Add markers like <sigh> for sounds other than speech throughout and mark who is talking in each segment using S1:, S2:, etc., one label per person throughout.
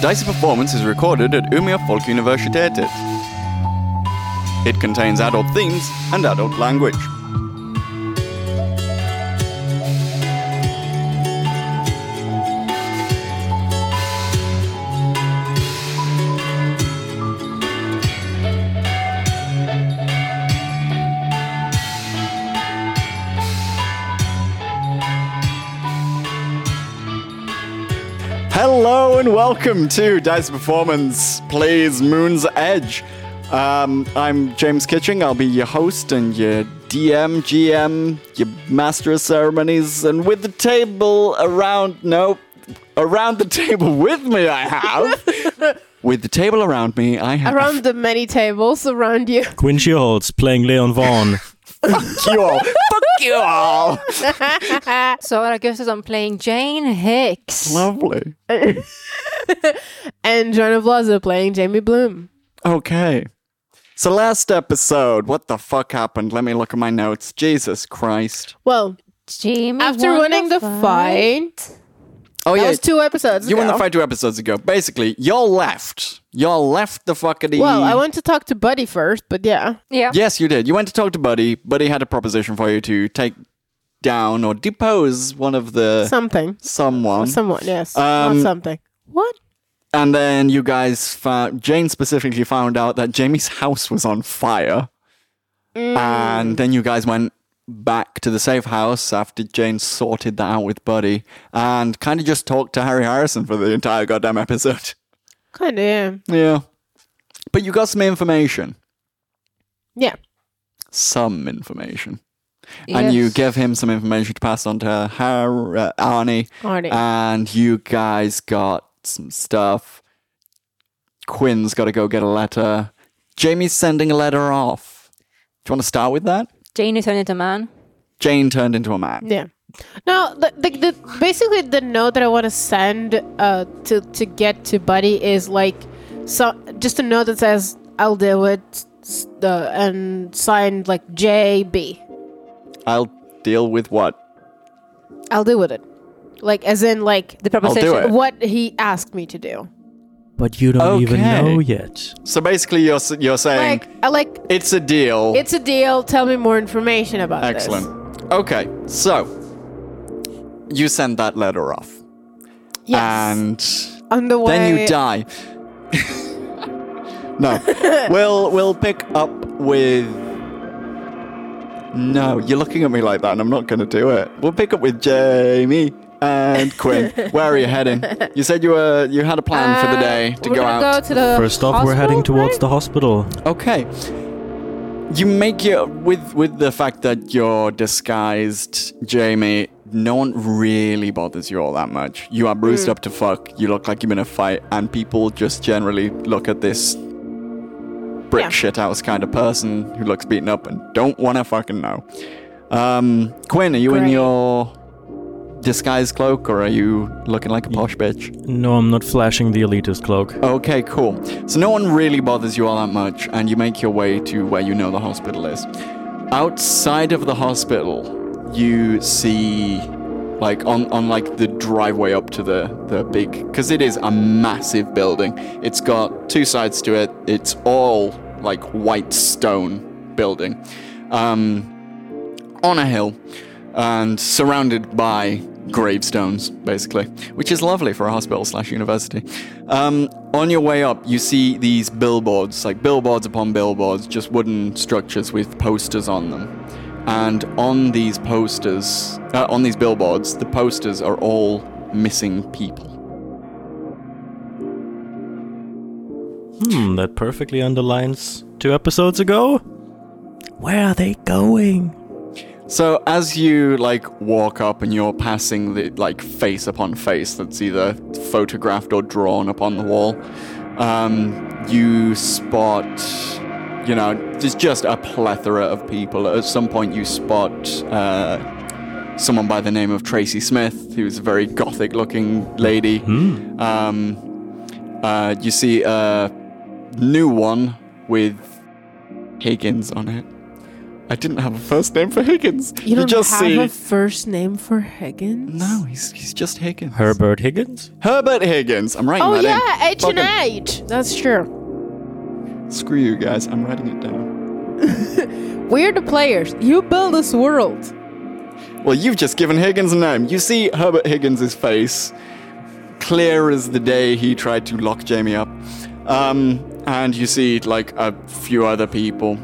S1: Deze performance is recorded at Umeå Folkuniversitetet. It contains adult themes and adult language. Hello and welcome to Dice Performance Plays Moon's Edge. Um, I'm James Kitching. I'll be your host and your DM, GM, your master of ceremonies, and with the table around, no, around the table with me, I <laughs> have. with the table around me, I have.
S2: around the many tables around you.
S3: Quinn Shields playing Leon Vaughn.
S1: you all. <laughs> Fuck you all.
S4: So that gives us I'm playing Jane Hicks.
S1: Lovely.
S2: And Jonah Blazer playing Jamie Bloom.
S1: Okay. So last episode, what the fuck happened? Let me look at my notes. Jesus Christ.
S2: Well,
S4: Jamie
S2: after
S4: won
S2: winning the fight,
S1: Oh
S2: that was two episodes
S1: You won
S2: ago.
S1: the fight two episodes ago. Basically, y'all left. Y'all left the fucking. E.
S2: Well, I went to talk to Buddy first, but yeah.
S4: Yeah.
S1: Yes, you did. You went to talk to Buddy. Buddy had a proposition for you to take down or depose one of the
S2: Something.
S1: someone,
S2: Someone, yes.
S1: Um,
S2: Not something. What?
S1: and then you guys found Jane specifically found out that Jamie's house was on fire, and then you guys went back to the safe house after Jane sorted that out with Buddy and kind of just talked to Harry Harrison for the entire goddamn episode.
S2: Kinda, yeah.
S1: Yeah, but you got some information.
S2: Yeah.
S1: some information. And you give him some information to pass on to her, uh, Arnie,
S2: Arnie.
S1: and you guys got some stuff. Quinn's got to go get a letter. Jamie's sending a letter off. Do you want to start with that?
S4: Jane is turned into a man.
S1: Jane turned into a man.
S2: Yeah. No, the, the, the basically the note that I want to send uh, to to get to Buddy is like so just a note that says I'll deal with s- the and signed like JB.
S1: I'll deal with what?
S2: I'll deal with it. Like as in like
S4: The proposition.
S1: do it.
S2: what he asked me to do.
S3: <laughs> But you don't even
S1: Okay.
S3: know yet.
S1: So basically, you're s- you're saying
S2: Like I like
S1: it's a deal.
S2: it's a deal. Tell me more information about this.
S1: Excellent. Okay, so you send that letter off,
S2: Yes.
S1: and
S2: on the way.
S1: Then you die. <laughs> no. we'll we'll pick up with No, you're looking at me like that and I'm not gonna do it. We'll pick up with Jamie and
S4: <laughs>
S1: Quinn. Where are you heading? You said you were you had a plan for the day to
S4: Uh, we're
S1: go
S4: gonna
S1: out.
S4: Go to the
S3: First off, we're heading towards the hospital.
S1: Okay. You make it with with the fact that you're disguised, Jamie. No one really bothers you all that much. You are bruised
S2: Mm.
S1: up to fuck. You look like you're in a fight, and people just generally look at this brick
S2: Yeah.
S1: shit house kind of person who looks beaten up and don't want to fucking know. Um, Quinn, are you in
S2: Great.
S1: your disguise cloak, or are you looking like a posh bitch?
S3: No, I'm not flashing the elitist cloak.
S1: Okay, cool. So no one really bothers you all that much, and you make your way to where you know the hospital is. Outside of the hospital, you see, like on on like the driveway up to the the big, because it is a massive building. It's got two sides to it. It's all like white stone building, um, on a hill, and surrounded by gravestones, basically, which is lovely for a hospital slash university. Um, on your way up, you see these billboards, like billboards upon billboards, just wooden structures with posters on them. And on these posters, uh, on these billboards, the posters are all missing people.
S3: Hmm, that perfectly underlines two episodes ago. Where are they going?
S1: So as you like walk up and you're passing the like face upon face that's either photographed or drawn upon the wall, um, you spot, you know, there's just a plethora of people. At some point, you spot uh, someone by the name of Tracy Smith, who's a very gothic-looking lady. Um, uh, you see a new one with Higgins on it. I didn't have a first name for Higgins.
S2: You don't
S1: just
S2: have
S1: see.
S2: a first name for Higgins?
S1: no, he's he's just Higgins.
S3: Herbert Higgins?
S1: Herbert Higgins. I'm writing
S2: Oh
S1: that in.
S2: yeah, H
S1: Fuck
S2: and
S1: 'em.
S2: H. That's true.
S1: Screw you guys. I'm writing it down.
S2: We're the players. You build this world.
S1: Well, you've just given Higgins a name. You see Herbert Higgins' face, clear as the day he tried to lock Jamie up. Um, and you see, like, a few other people.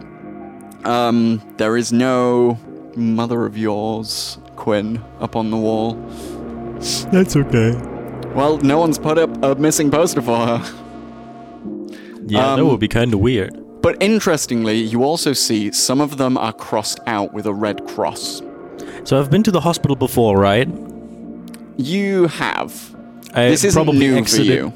S1: Um, there is no mother of yours, Quinn, up on the wall.
S3: That's okay.
S1: Well, no one's put up a missing poster for her.
S3: Yeah, that
S1: Um,
S3: would be kind of weird.
S1: But interestingly, you also see some of them are crossed out with a red cross.
S3: So I've been to the hospital before, right?
S1: You have.
S3: I
S1: this isn't
S3: probably
S1: new for
S3: exited
S1: you.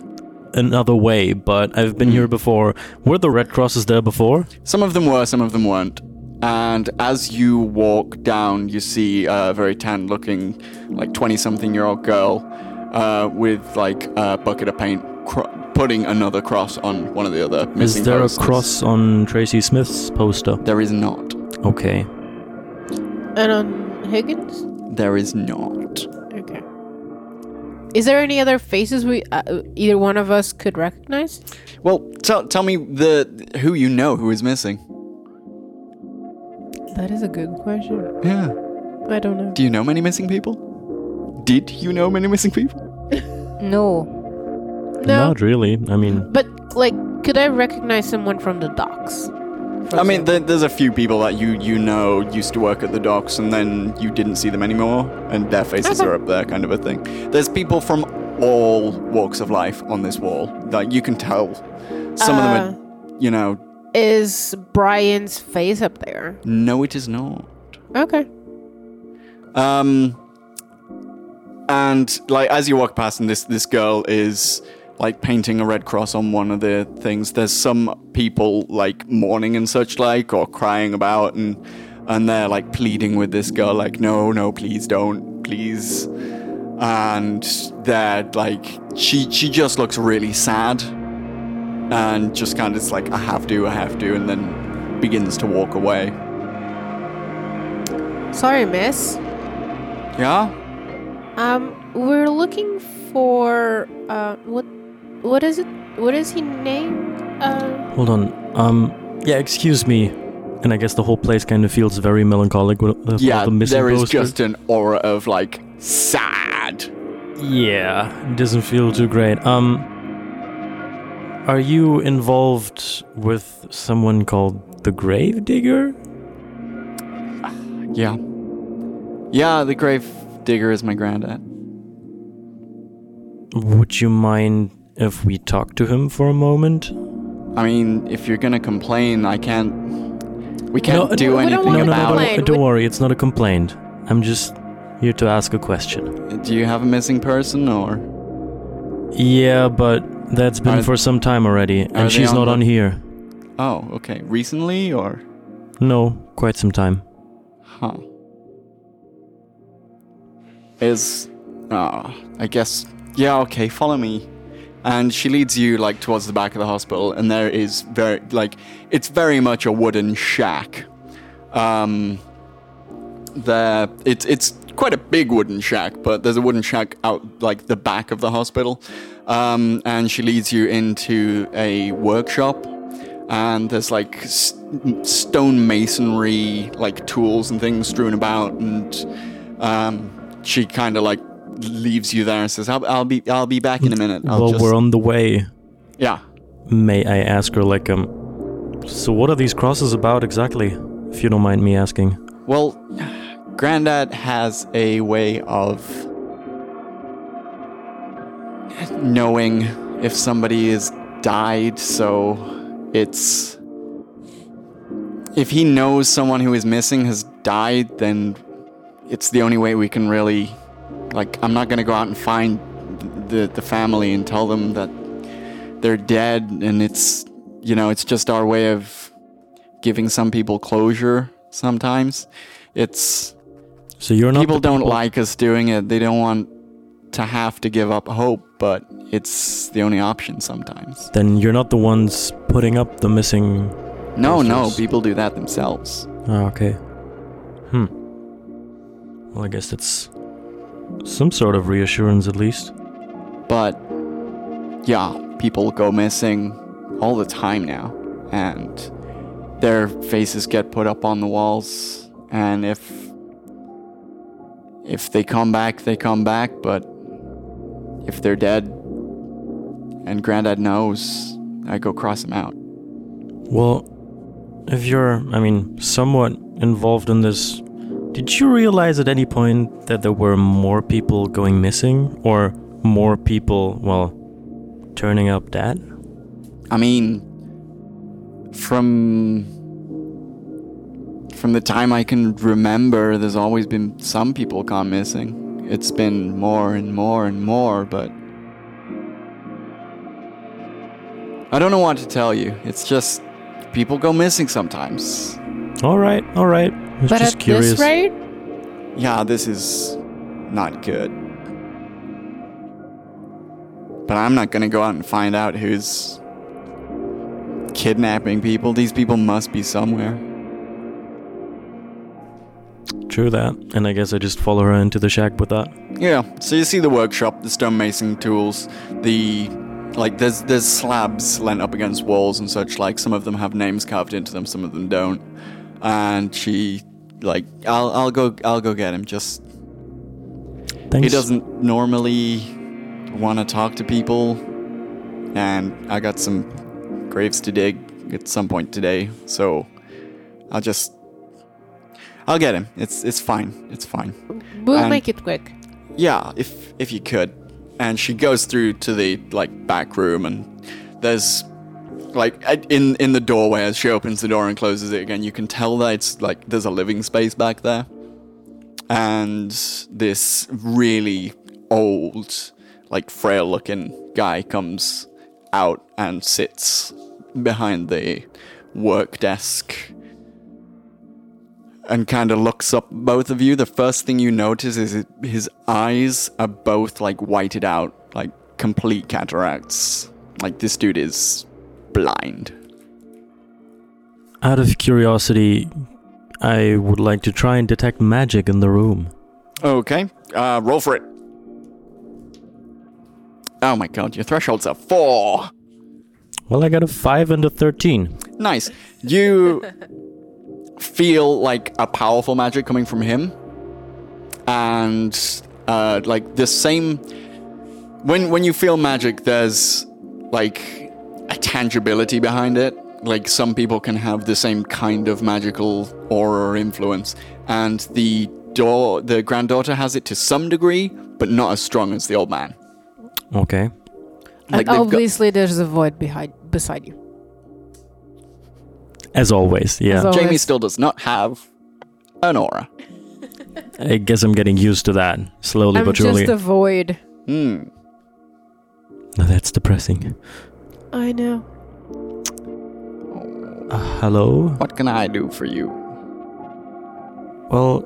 S3: another way, but I've been here before. Were the Red Crosses there before?
S1: Some of them were, some of them weren't. And as you walk down, you see a very tan looking, like 20 something year old girl uh, with like a bucket of paint cro- putting another cross on one of the other missing
S3: Is there
S1: posters.
S3: a cross on Tracy Smith's poster?
S1: There is not.
S3: Okay.
S2: And on Higgins.
S1: There is not.
S2: Okay. Is there any other faces we uh, either one of us could recognize?
S1: Well, tell tell me the who you know who is missing.
S2: That is a good question.
S1: Yeah.
S2: I don't know.
S1: Do you know many missing people? Did you know many missing people?
S4: No.
S2: No,
S3: Not really. I mean,
S2: but like, could I recognize someone from the docks?
S1: I mean, there, there's a few people that you you know used to work at the docks, and then you didn't see them anymore, and their faces
S2: Okay.
S1: are up there, kind of a thing. There's people from all walks of life on this wall. Like you can tell, some of them are, you know.
S2: Is Brian's face up there?
S1: No, it is not.
S2: Okay.
S1: Um, and like as you walk past, and this this girl is like painting a red cross on one of the things. There's some people like mourning and such like, or crying about, and and they're like pleading with this girl, like, no, no, please don't, please. And they're like, she she just looks really sad, and just kind of is like, I have to, I have to, and then begins to walk away.
S2: Sorry, miss.
S1: Yeah.
S2: Um, we're looking for uh, what? What is it? What is he named? Uh,
S3: hold on. Um, yeah, excuse me. And I guess the whole place kind of feels very melancholic with with all
S1: yeah,
S3: the missing
S1: there is
S3: posters.
S1: just an aura of like sad.
S3: Yeah, it doesn't feel too great. Um, are you involved with someone called the Grave Digger?
S1: Yeah, yeah. The grave digger is my granddad.
S3: Would you mind if we talk to him for a moment?
S1: I mean, if you're gonna complain, I can't. We can't
S3: No,
S1: do
S2: we don't
S1: anything
S2: want
S3: no,
S2: to
S3: no, no,
S1: about
S3: no,
S2: complain.
S3: don't, don't worry. It's not a complaint. I'm just here to ask a question.
S1: it. Do you have a missing person or?
S3: Yeah, but that's been
S1: Are-
S3: for some time already,
S1: are
S3: and
S1: they
S3: she's
S1: on
S3: not
S1: the-
S3: on here.
S1: Oh, okay. Recently or?
S3: No, quite some time.
S1: Huh. Is. Ah, I guess. Yeah, okay, follow me. And she leads you, like, towards the back of the hospital, and there is very. Like, it's very much a wooden shack. Um. There. It's, it's quite a big wooden shack, but there's a wooden shack out, like, the back of the hospital. Um, and she leads you into a workshop and there's like s- m- stone masonry like tools and things strewn about and um, she kind of like leaves you there and says I'll, I'll be I'll be back in a minute I'll
S3: well,
S1: just
S3: we're on the way.
S1: yeah
S3: May I ask her, like, um, so what are these crosses about exactly? If you don't mind me asking.
S1: well granddad has a way of knowing if somebody has died so it's if he knows someone who is missing has died, then it's the only way we can really. Like, I'm not gonna go out and find the the family and tell them that they're dead, and it's you know, it's just our way of giving some people closure. Sometimes, it's
S3: So you're not.
S1: people
S3: the
S1: don't like us doing it. They don't want to have to give up hope, but it's the only option sometimes.
S3: Then you're not the ones putting up the missing.
S1: No, no,
S3: Precious.
S1: people do that themselves.
S3: Ah, okay. Well, I guess that's some sort of reassurance, at least.
S1: But yeah, people go missing all the time now, and their faces get put up on the walls. And if if they come back, they come back. But if they're dead, and Grandad knows, I go cross him out.
S3: Well, if you're, I mean, somewhat involved in this, did you realize at any point that there were more people going missing or more people, well, turning up dead?
S1: I mean, from from the time I can remember, there's always been some people gone missing. It's been more and more and more, but I don't know what to tell you. It's just people go missing sometimes.
S3: All right, all right. I was
S2: But
S3: just
S2: at
S3: curious.
S2: this rate,
S1: Yeah, this is not good. But I'm not gonna go out and find out who's kidnapping people. These people must be somewhere.
S3: True that. And I guess I just follow her into the shack with that.
S1: Yeah. So you see the workshop, the stonemason tools, the like there's there's slabs lent up against walls and such like. Some of them have names carved into them, some of them don't. And she like I'll I'll go I'll go get him. Just
S3: Thanks.
S1: he doesn't normally want to talk to people. And I got some graves to dig at some point today, so I'll just I'll get him. It's it's fine. It's fine.
S2: we'll
S1: And-
S2: make it quick.
S1: Yeah, if if you could. And she goes through to the like back room, and there's like at- in in the doorway as she opens the door and closes it again. You can tell that it's like there's a living space back there, and this really old, like frail-looking guy comes out and sits behind the work desk and kind of looks up both of you, the first thing you notice is it, his eyes are both like whited out, like complete cataracts. Like this dude is blind.
S3: Out of curiosity, I would like to try and detect magic in the room.
S1: Okay, uh, roll for it. Oh my god, your thresholds are four.
S3: Well, I got a 5 and a 13.
S1: Nice. You feel like a powerful magic coming from him, and uh, like the same. When when you feel magic, there's like a tangibility behind it. Like some people can have the same kind of magical aura or influence, and the door the granddaughter has it to some degree, but not as strong as the old man.
S3: Okay.
S1: Like
S2: and
S1: they've got-
S2: obviously, there's a void behind beside you.
S3: As always, yeah.
S2: As always.
S1: Jamie still does not have an aura.
S3: I guess I'm getting used to that slowly
S2: I'm
S3: but surely.
S2: just a void.
S1: Hmm.
S3: Now that's depressing.
S2: I know.
S3: Uh, hello?
S1: What can I do for you?
S3: Well,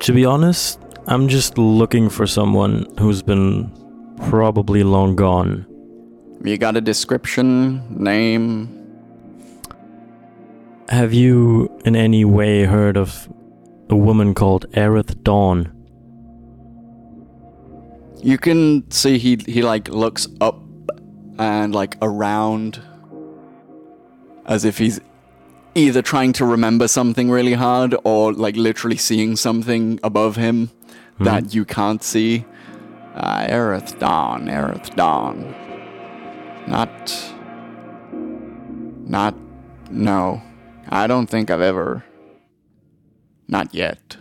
S3: to be honest, I'm just looking for someone who's been probably long gone.
S1: You got a description, name?
S3: Have you in any way heard of a woman called Aerith Dawn?
S1: You can see he he like looks up and like around as if he's either trying to remember something really hard or like literally seeing something above him that you can't see. Uh, Aerith Dawn, Aerith Dawn. Not. Not. No. I don't think I've ever. Not yet.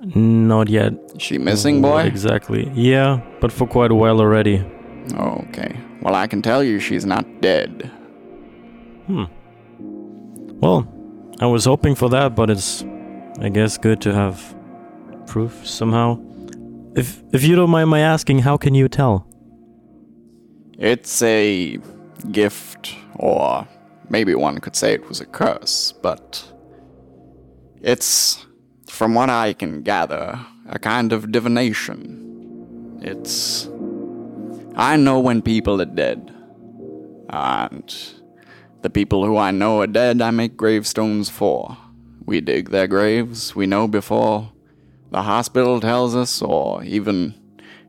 S3: Not yet.
S1: Is she
S3: Oh,
S1: missing, boy?
S3: Exactly. Yeah, but for quite a while already.
S1: Okay. Well, I can tell you she's not dead.
S3: Hmm. Well, I was hoping for that, but it's, I guess, good to have proof somehow. If if you don't mind my asking, how can you tell?
S1: It's a gift, or maybe one could say it was a curse, but it's, from what I can gather, a kind of divination. It's. I know when people are dead. And the people who I know are dead, I make gravestones for. We dig their graves. We know before the hospital tells us, or even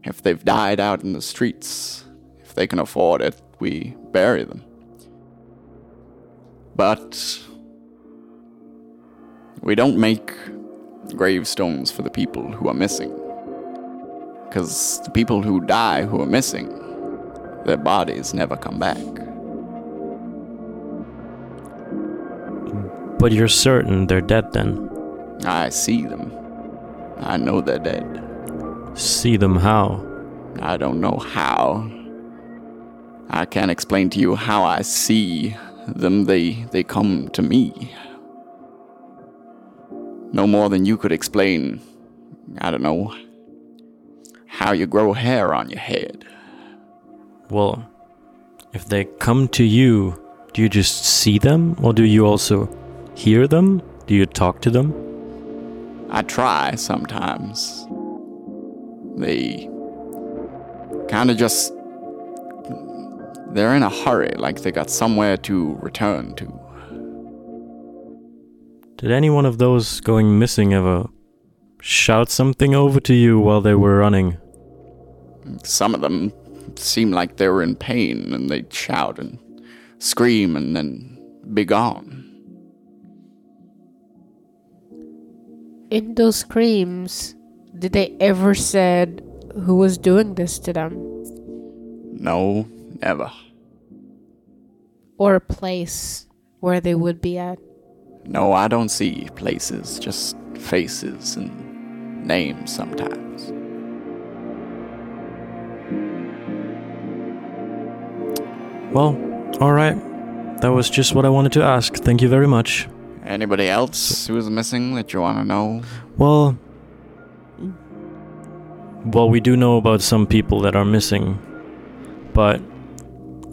S1: if they've died out in the streets. If they can afford it, we bury them. But we don't make gravestones for the people who are missing. Because the people who die who are missing, their bodies never come back.
S3: But you're certain they're dead then.
S1: I see them. I know they're dead.
S3: See them how?
S1: I don't know how. I can't explain to you how I see them. They they come to me. No more than you could explain. I don't know how you grow hair on your head.
S3: Well, if they come to you, do you just see them or do you also hear them? Do you talk to them?
S1: I try sometimes. They kind of just. They're in a hurry, like they got somewhere to return to.
S3: Did any one of those going missing ever shout something over to you while they were running?
S1: Some of them seem like they were in pain and they'd shout and scream and then be gone.
S2: In those screams, did they ever said who was doing this to them
S1: No, never.
S2: or a place where they would be at?
S1: No, I don't see places, just faces and names sometimes.
S3: Well, alright. That was just what I wanted to ask. Thank you very much.
S1: Anybody else who is missing that you want to know?
S3: Well, well, we do know about some people that are missing, but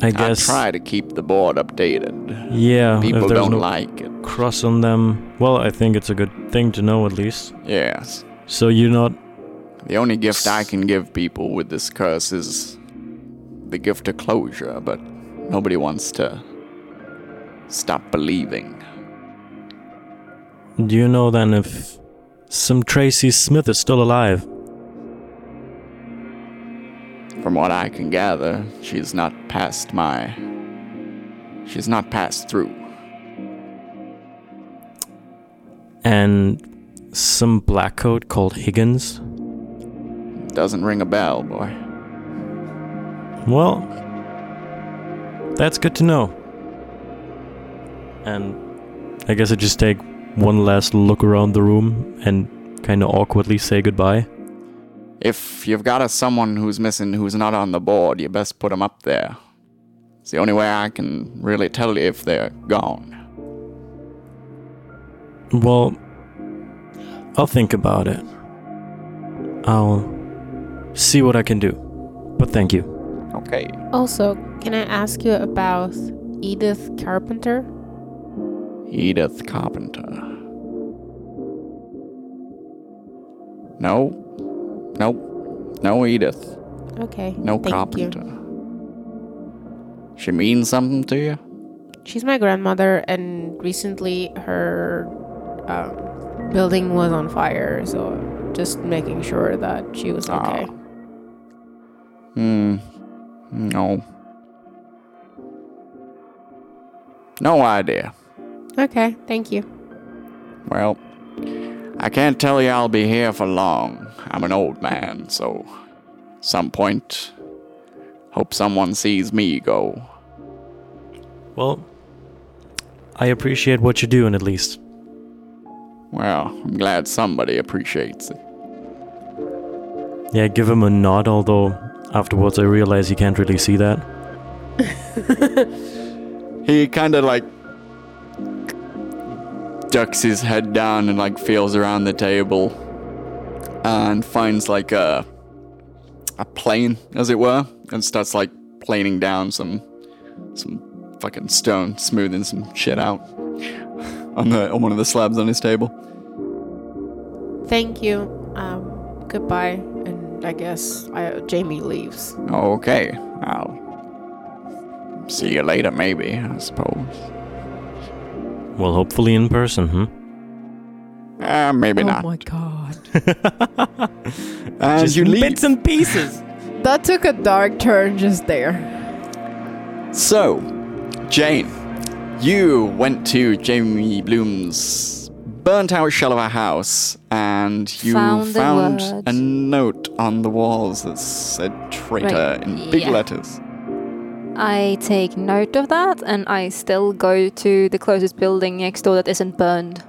S3: I guess
S1: I try to keep the board updated.
S3: yeah,
S1: People
S3: if there's
S1: don't
S3: no
S1: like it.
S3: cross on them, well, I think it's a good thing to know at least.
S1: Yes.
S3: So you're not
S1: The only gift I can give people with this curse is the gift of closure, but nobody wants to stop believing.
S3: Do you know then if some Tracy Smith is still alive?
S1: From what I can gather, she's not past my. She's not passed through.
S3: And some black coat called Higgins?
S1: Doesn't ring a bell, boy.
S3: Well, that's good to know. And I guess I just take one last look around the room and kind of awkwardly say goodbye.
S1: If you've got a someone who's missing who's not on the board, you best put them up there. It's the only way I can really tell you if they're gone.
S3: Well, I'll think about it. I'll see what I can do. But thank you.
S1: Okay.
S2: Also, can I ask you about Edith Carpenter?
S1: Edith Carpenter. No. Nope. No Edith.
S2: Okay.
S1: No
S2: thank
S1: Carpenter.
S2: You.
S1: She means something to you?
S2: She's my grandmother, and recently her um, building was on fire, so just making sure that she was
S1: Ah.
S2: okay.
S1: Hmm. No. No idea.
S2: Okay, thank you.
S1: Well, I can't tell you I'll be here for long. I'm an old man, so some point hope someone sees me go.
S3: Well, I appreciate what you're doing at least.
S1: Well, I'm glad somebody appreciates it.
S3: Yeah, I give him a nod, although afterwards I realize he can't really see that.
S1: He kind of like ducks his head down and like feels around the table and finds like a a plane as it were and starts like planing down some some fucking stone smoothing some shit out <laughs> on the on one of the slabs on his table
S2: Thank you. Um, goodbye, and I guess I, Jamie leaves.
S1: okay i'll see you later maybe i suppose
S3: Well, hopefully in person, hmm?
S1: Uh, maybe
S4: oh
S1: not.
S4: my god.
S1: <laughs> And
S3: Just
S1: you leave.
S3: bits and
S1: <laughs>
S3: pieces.
S2: That took a dark turn just there.
S1: So, Jane, you went to Jamie Bloom's burnt out shell of a house and you
S4: Found
S1: found,
S4: the word.
S1: a note on the walls that said traitor
S4: Right,
S1: in big
S4: yeah.
S1: letters.
S4: I take note of that and I still go to the closest building next door that isn't burned.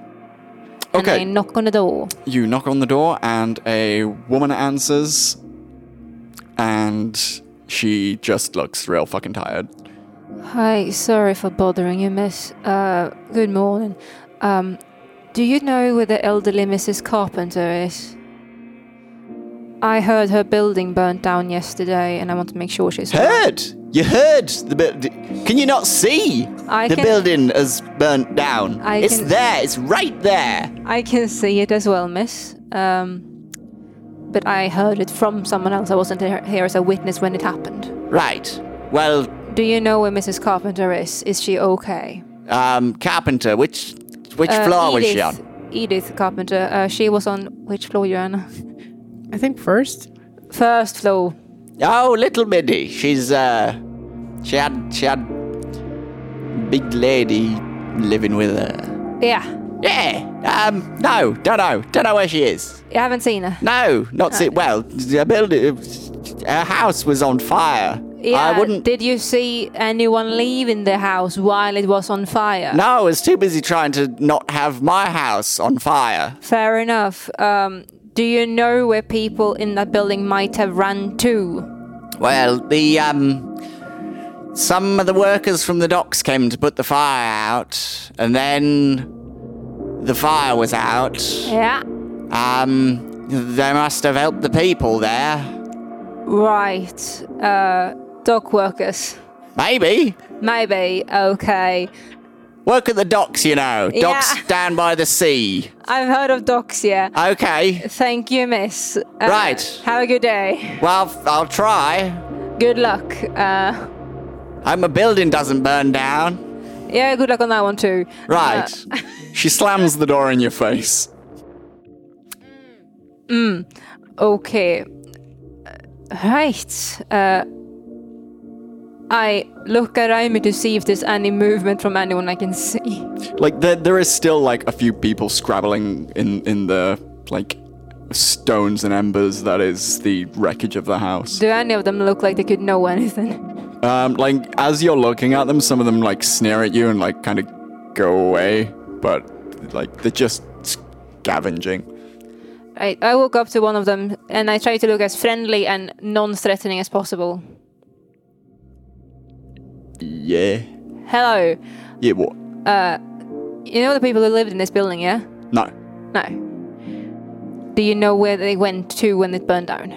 S4: And
S1: Okay.
S4: I knock on the door.
S1: You knock on the door and a woman answers and she just looks real fucking tired.
S4: Hi, sorry for bothering you, miss. Uh, good morning. Um, do you know where the elderly Mrs. Carpenter is? I heard her building burnt down yesterday and I want to make sure she's alright.
S5: Heard? You heard? The bu- can you not see?
S4: I
S5: the
S4: can-
S5: building is burnt down.
S4: I
S5: it's
S4: can-
S5: there. It's right there.
S4: I can see it as well, miss. Um, but I heard it from someone else. I wasn't here here as a witness when it happened.
S5: Right. Well,
S4: Do you know where Mrs. Carpenter is? Is she okay?
S5: um, carpenter, which which
S4: Uh,
S5: floor was she
S4: Edith-
S5: on?
S4: Edith Carpenter. Uh, she was on which floor, Joanna?
S2: I think first.
S4: First floor.
S5: Oh, little Mindy. She's uh, she had she had big lady living with her.
S4: Yeah.
S5: Yeah. Um. No. Don't know. Don't know where she is.
S4: You haven't seen her.
S5: No. Not see. Well, the building, her house was on fire.
S4: Yeah.
S5: I wouldn't.
S4: Did you see anyone leaving the house while it was on fire?
S5: No, I was too busy trying to not have my house on fire.
S4: Fair enough. Um, do you know where people in that building might have run to?
S5: Well, the um, some of the workers from the docks came to put the fire out, and then the fire was out.
S4: Yeah.
S5: Um, they must have helped the people there.
S4: Right. Uh, dock workers.
S5: Maybe
S4: Maybe. Okay.
S5: work at the docks, you know, docks
S4: Yeah.
S5: down by the sea.
S4: I've heard of docks, yeah.
S5: Okay.
S4: Thank you, miss. Uh,
S5: Right.
S4: Have a good day.
S5: Well, I'll try.
S4: Good luck. Uh,
S5: Hope my building doesn't burn down.
S4: yeah, good luck on that one, too.
S5: Right.
S1: She slams the door in your face.
S4: Uh, Okay. Uh, Right. Uh, I look around me to see if there's any movement from anyone I can see.
S1: Like there, there is still like a few people scrabbling in in the like stones and embers that is the wreckage of the house.
S4: Do any of them look like they could know anything? <laughs>
S1: Um, like as you're looking at them, some of them like sneer at you and like kind of go away, but like they're just scavenging.
S4: Right. I walk up to one of them and I try to look as friendly and non-threatening as possible.
S1: Yeah.
S4: Hello.
S1: Yeah. What?
S4: You know the people who lived in this building, yeah?
S1: No.
S4: No. Do you know where they went to when it burned down?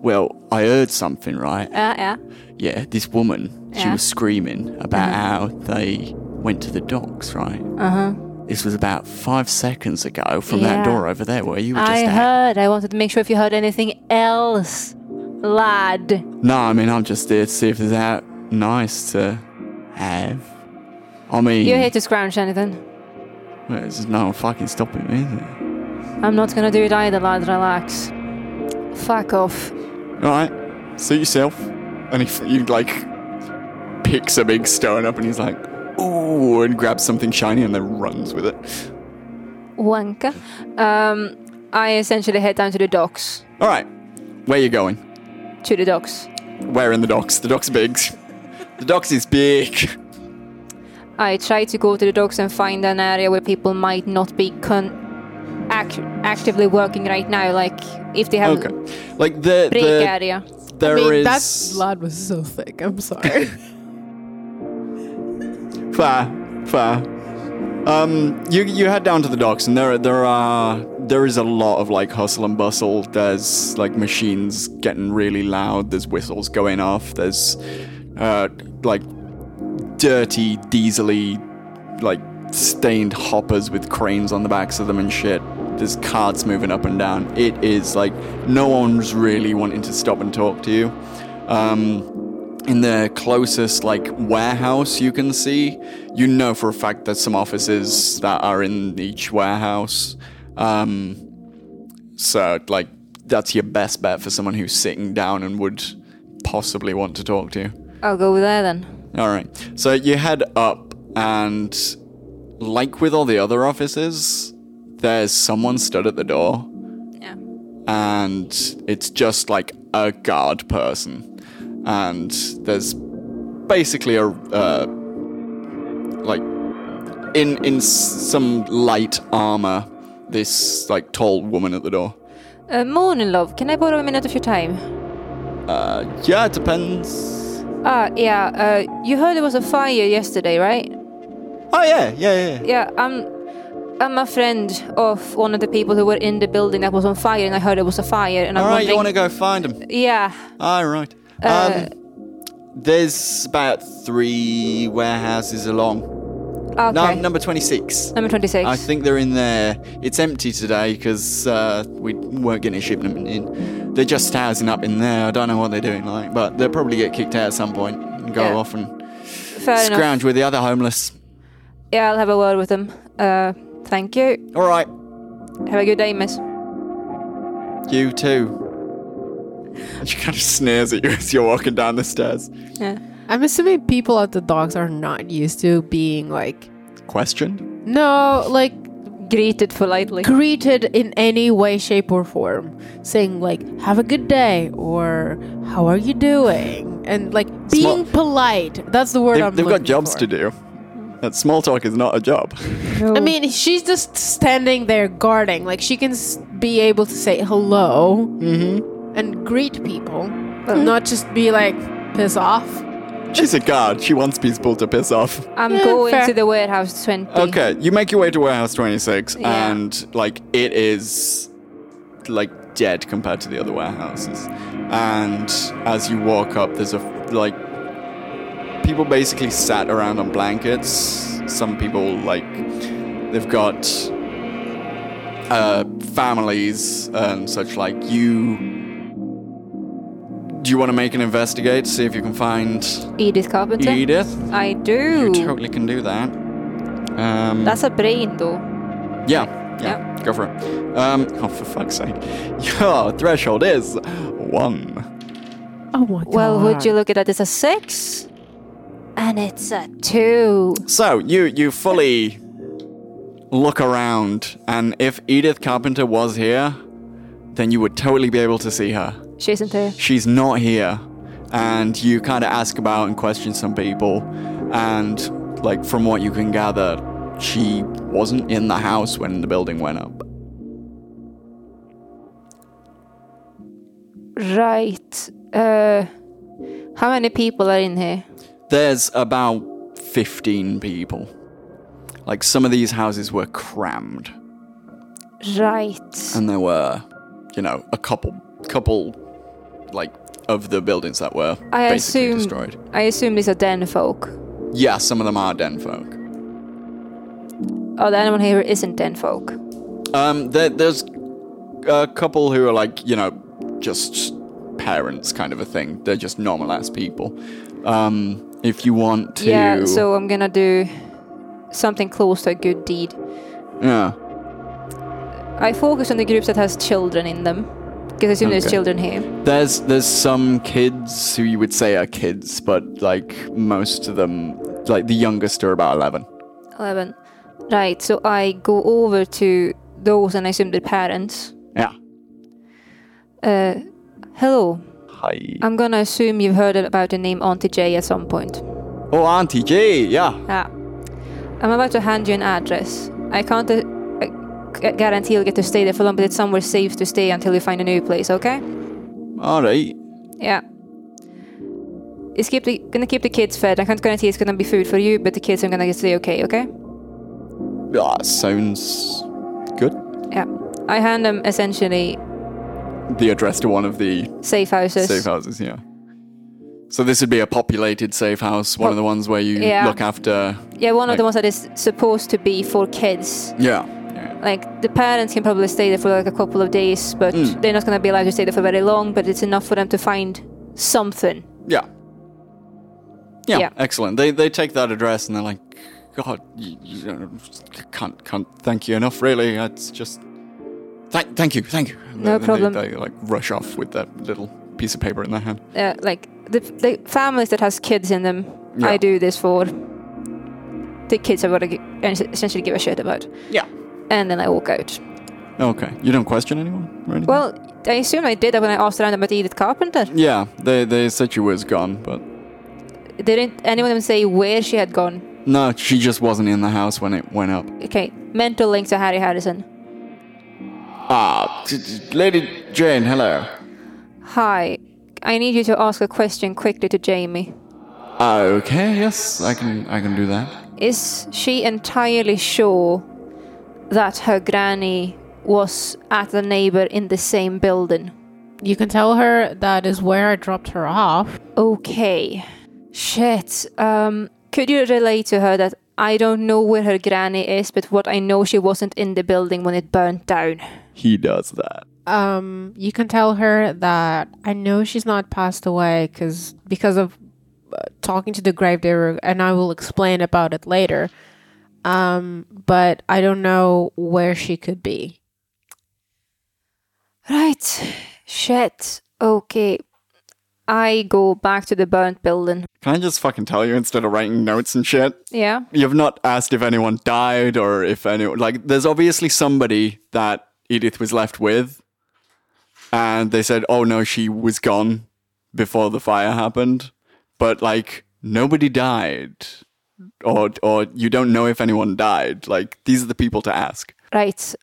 S1: Well, I heard something, right?
S4: Uh, yeah.
S1: Yeah. This woman, she
S4: Yeah. Mm-hmm.
S1: was screaming about how they went to the docks, right? Uh huh. This was about five seconds ago from
S4: Yeah.
S1: that door over there where you were just
S4: I
S1: at.
S4: heard. I wanted to make sure if you heard anything else, lad.
S1: No, I mean I'm just there to see if it's that nice to have. I mean,
S4: You're here to scrounge anything.
S1: well, there's no fucking stopping me, is there?
S4: I'm not gonna do it either, lad. Relax. Fuck off.
S1: All right, suit yourself. And he, he like picks a big stone up and he's like, ooh, and grabs something shiny and then runs with it.
S4: Wanka. Um, I essentially head down to the docks.
S1: All right, where you going?
S4: To the docks.
S1: Where in the docks? The docks big. <laughs> The docks is big.
S4: I try to go to the docks and find an area where people might not be con- act- actively working right now. Like if they have
S1: Okay, like the
S4: Um, break
S1: the
S4: area.
S1: there
S2: I mean,
S1: is
S2: that blood was so thick. I'm sorry.
S1: Fair, fair. Um, you you head down to the docks, and there there are there is a lot of like hustle and bustle. There's like machines getting really loud. There's whistles going off. There's uh, like dirty, diesely, like stained hoppers with cranes on the backs of them and shit. There's carts moving up and down. It is like no one's really wanting to stop and talk to you. Um, in the closest like warehouse you can see, you know for a fact that some offices that are in each warehouse. Um, so, like, that's your best bet for someone who's sitting down and would possibly want to talk to you.
S4: I'll go with there then.
S1: All right. So you head up, and like with all the other offices, there's someone stood at the door,
S4: Yeah.
S1: and it's just like a guard person, and there's basically a uh, like in in s- some light armor, this like tall woman at the door.
S4: Uh, morning, love. Can I borrow a minute of your time?
S1: Uh, yeah, it depends.
S4: Ah, yeah. Uh, you heard there was a fire yesterday, right?
S1: Oh yeah, yeah, yeah.
S4: Yeah, I'm. I'm a friend of one of the people who were in the building that was on fire, and I heard there was a fire, and I'm
S1: All right, you
S4: wondering.
S1: want to go find him?
S4: Yeah.
S1: All Ah, right.
S4: Uh,
S1: um, there's about three warehouses along.
S4: Okay.
S1: No, number 26.
S4: Number twenty-six.
S1: I think they're in there. It's empty today because uh, we weren't getting a shipment in. They're just housing up in there. I don't know what they're doing like, but they'll probably get kicked out at some point and go
S4: Yeah.
S1: off and
S4: Fair enough.
S1: scrounge with the other homeless.
S4: Yeah, I'll have a word with them. Uh, thank you.
S1: All right,
S4: Have a good day, miss.
S1: you too. She kind of sneers at you <laughs> as you're walking down the stairs.
S4: Yeah.
S2: <laughs> I'm assuming people at the docks are not used to being like
S1: Question?
S2: no, like
S4: Greeted politely.
S2: greeted in any way, shape, or form, saying like "Have a good day" or "How are you doing?" and like being polite. That's the word
S1: They,
S2: I'm.
S1: they've got
S2: looking
S1: jobs
S2: for.
S1: to do. That small talk is not a job.
S2: I mean, she's just standing there guarding. Like she can s- be able to say hello and greet people, not just be like piss off.
S1: She's a guard. She wants people to piss off.
S4: I'm
S2: Yeah,
S4: going
S2: fair.
S4: to the warehouse 20.
S1: Okay, you make your way to warehouse 26
S4: Yeah.
S1: and like it is like dead compared to the other warehouses. And as you walk up there's a f- like people basically sat around on blankets. Some people like they've got uh families and such like you do you want to make an investigate, see if you can find
S4: Edith Carpenter.
S1: Edith?
S4: I
S1: You
S4: do.
S1: totally can do that. Um,
S4: That's a brain, though.
S1: yeah, yeah, go for it. Um, oh, for fuck's sake. <laughs> Your threshold is one.
S2: Oh my god.
S4: Well, would you look at that? It's a six, and it's a two.
S1: So you you fully look around, and if Edith Carpenter was here, then you would totally be able to see her.
S4: She isn't there.
S1: She's not here, and you kind of ask about and question some people, and like from what you can gather, she wasn't in the house when the building went up.
S4: Right. Uh, how many people are in here?
S1: There's about 15 people. Like some of these houses were crammed
S4: Right.
S1: and there were, you know, a couple couple like of the buildings that were
S4: I
S1: basically
S4: assume.
S1: destroyed.
S4: I assume these are den folk.
S1: Yeah, some of them are den folk.
S4: Oh, the anyone here isn't den folk.
S1: Um there, there's a couple who are like, you know, just parents kind of a thing. They're just normal ass people. Um if you want to
S4: Yeah. So I'm gonna do something close to a good deed.
S1: Yeah.
S4: I focus on the groups that has children in them, because I assume there's
S1: Okay.
S4: children here.
S1: There's there's some kids who you would say are kids, but like most of them, like the youngest are about eleven.
S4: 11. Right, so I go over to those and I assume their parents.
S1: Yeah.
S4: Uh, hello,
S1: Hi.
S4: I'm gonna assume you've heard about the name Auntie J at some point.
S1: oh, Auntie G. Yeah.
S4: Ah. I'm about to hand you an address. I can't uh, uh, guarantee you'll get to stay there for long, but it's somewhere safe to stay until you find a new place, okay?
S1: All right.
S4: Yeah. It's keep the, gonna keep the kids fed. I can't guarantee it's gonna be food for you, but the kids are gonna get to stay okay, okay?
S1: Ah, sounds good.
S4: Yeah. I hand them essentially
S1: The address to one of the
S4: safe houses.
S1: safe houses. Yeah. So this would be a populated safe house, one of the ones where you
S4: Yeah.
S1: look after.
S4: Yeah, one of
S1: Like-
S4: the ones that is supposed to be for kids.
S1: Yeah. yeah.
S4: Like the parents can probably stay there for like a couple of days, but
S1: Mm.
S4: they're not going to be allowed to stay there for very long. But it's enough for them to find something.
S1: Yeah. Yeah,
S4: Yeah.
S1: excellent. They they take that address and they're like, God, you, you don't- can't can't thank you enough. Really, it's just Thank, thank you, thank you. And
S4: No
S1: they-
S4: problem.
S1: They, they like rush off with that little piece of paper in their hand.
S4: Uh, like the, the families that has kids in them,
S1: Yeah.
S4: I do this for. The kids I want to essentially give a shit about,
S5: Yeah.
S4: and then I walk out.
S1: Oh, Okay, you don't question anyone or anything?
S4: Well, I assume I did that when I asked around about Edith Carpenter.
S1: yeah, they they said she was gone, but
S4: Didn't anyone say where she had gone?
S1: no, she just wasn't in the house when it went up.
S4: Okay, mental link to Harry Harrison.
S1: Ah, t- t- Lady Jane, hello.
S4: Hi, I need you to ask a question quickly to Jamie.
S1: Ah, Okay, yes, I can I can do that.
S4: Is she entirely sure that her granny was at a neighbor in the same building?
S2: You can tell her that is where I dropped her off.
S4: Okay. Shit. Um, could you relay to her that I don't know where her granny is, but what I know she wasn't in the building when it burnt down?
S1: He does that.
S2: Um, you can tell her that I know she's not passed away because because of uh, talking to the gravedigger, and I will explain about it later. Um, but I don't know where she could be.
S4: Right. Shit. Okay. I go back to the burnt building.
S1: Can I just fucking tell you instead of writing notes and shit?
S4: Yeah.
S1: You've not asked if anyone died or if anyone like there's obviously somebody that Edith was left with and they said, "Oh no, she was gone before the fire happened." But like nobody died or or you don't know if anyone died. Like these are the people to ask.
S4: Right.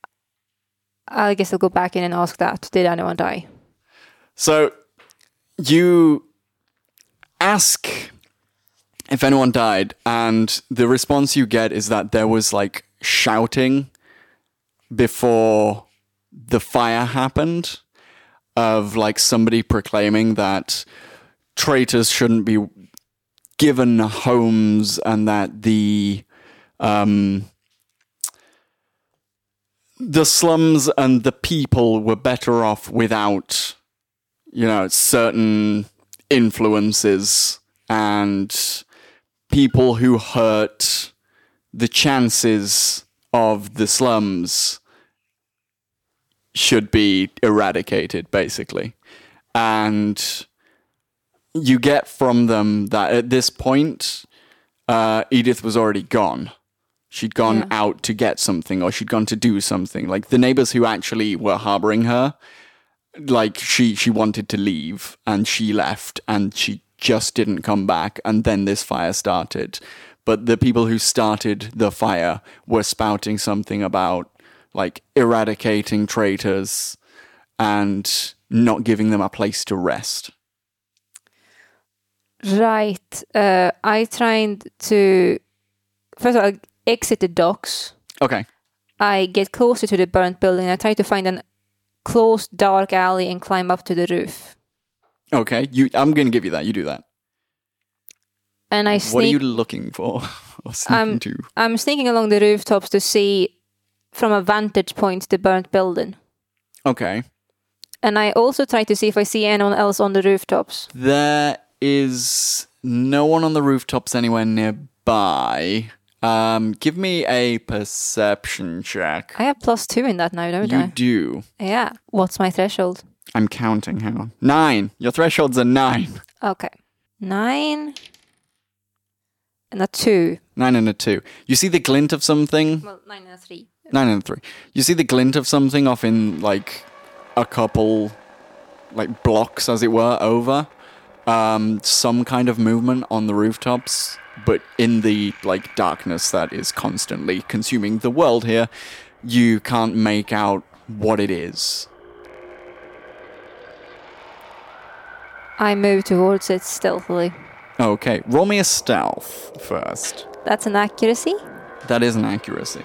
S4: I guess I'll go back in and ask that. Did anyone die?
S1: So you ask if anyone died, and the response you get is that there was like shouting before the fire happened of like somebody proclaiming that traitors shouldn't be given homes and that the um the slums and the people were better off without you know, certain influences and people who hurt the chances of the slums should be eradicated, basically. And you get from them that at this point, uh, Edith was already gone. She'd gone out to get something or she'd gone to do something. Like the neighbors who actually were harboring her like she she wanted to leave and she left and she just didn't come back and then this fire started but the people who started the fire were spouting something about like eradicating traitors and not giving them a place to rest
S4: Right. Uh, I tried to. First of all, I exit the docks.
S1: okay
S4: I get closer to the burnt building. I try to find an closed, dark alley and climb up to the roof.
S1: okay you i'm gonna give you that you do that
S4: And I
S1: what are you
S4: sneak. Um,
S1: looking for <laughs> or sneaking
S4: I'm,
S1: to
S4: I'm sneaking along the rooftops to see from a vantage point the burnt building.
S1: okay
S4: And I also try to see if I see anyone else on the rooftops.
S1: There is no one on the rooftops anywhere nearby. Um, give me a perception check.
S4: I have plus two in that now, don't
S1: You
S4: I?
S1: do.
S4: Yeah. What's my threshold?
S1: I'm counting. Hang on. Nine. Your threshold's a nine.
S4: Okay. Nine and a two.
S1: Nine and a two. You see the glint of something.
S4: Well, nine and a three.
S1: Nine and a three. You see the glint of something off in like a couple, like blocks as it were over. Um, some kind of movement on the rooftops, but in the like darkness that is constantly consuming the world here, you can't make out what it is.
S4: I move towards it stealthily.
S1: Okay, roll me a stealth first.
S4: That's an accuracy.
S1: That is an accuracy.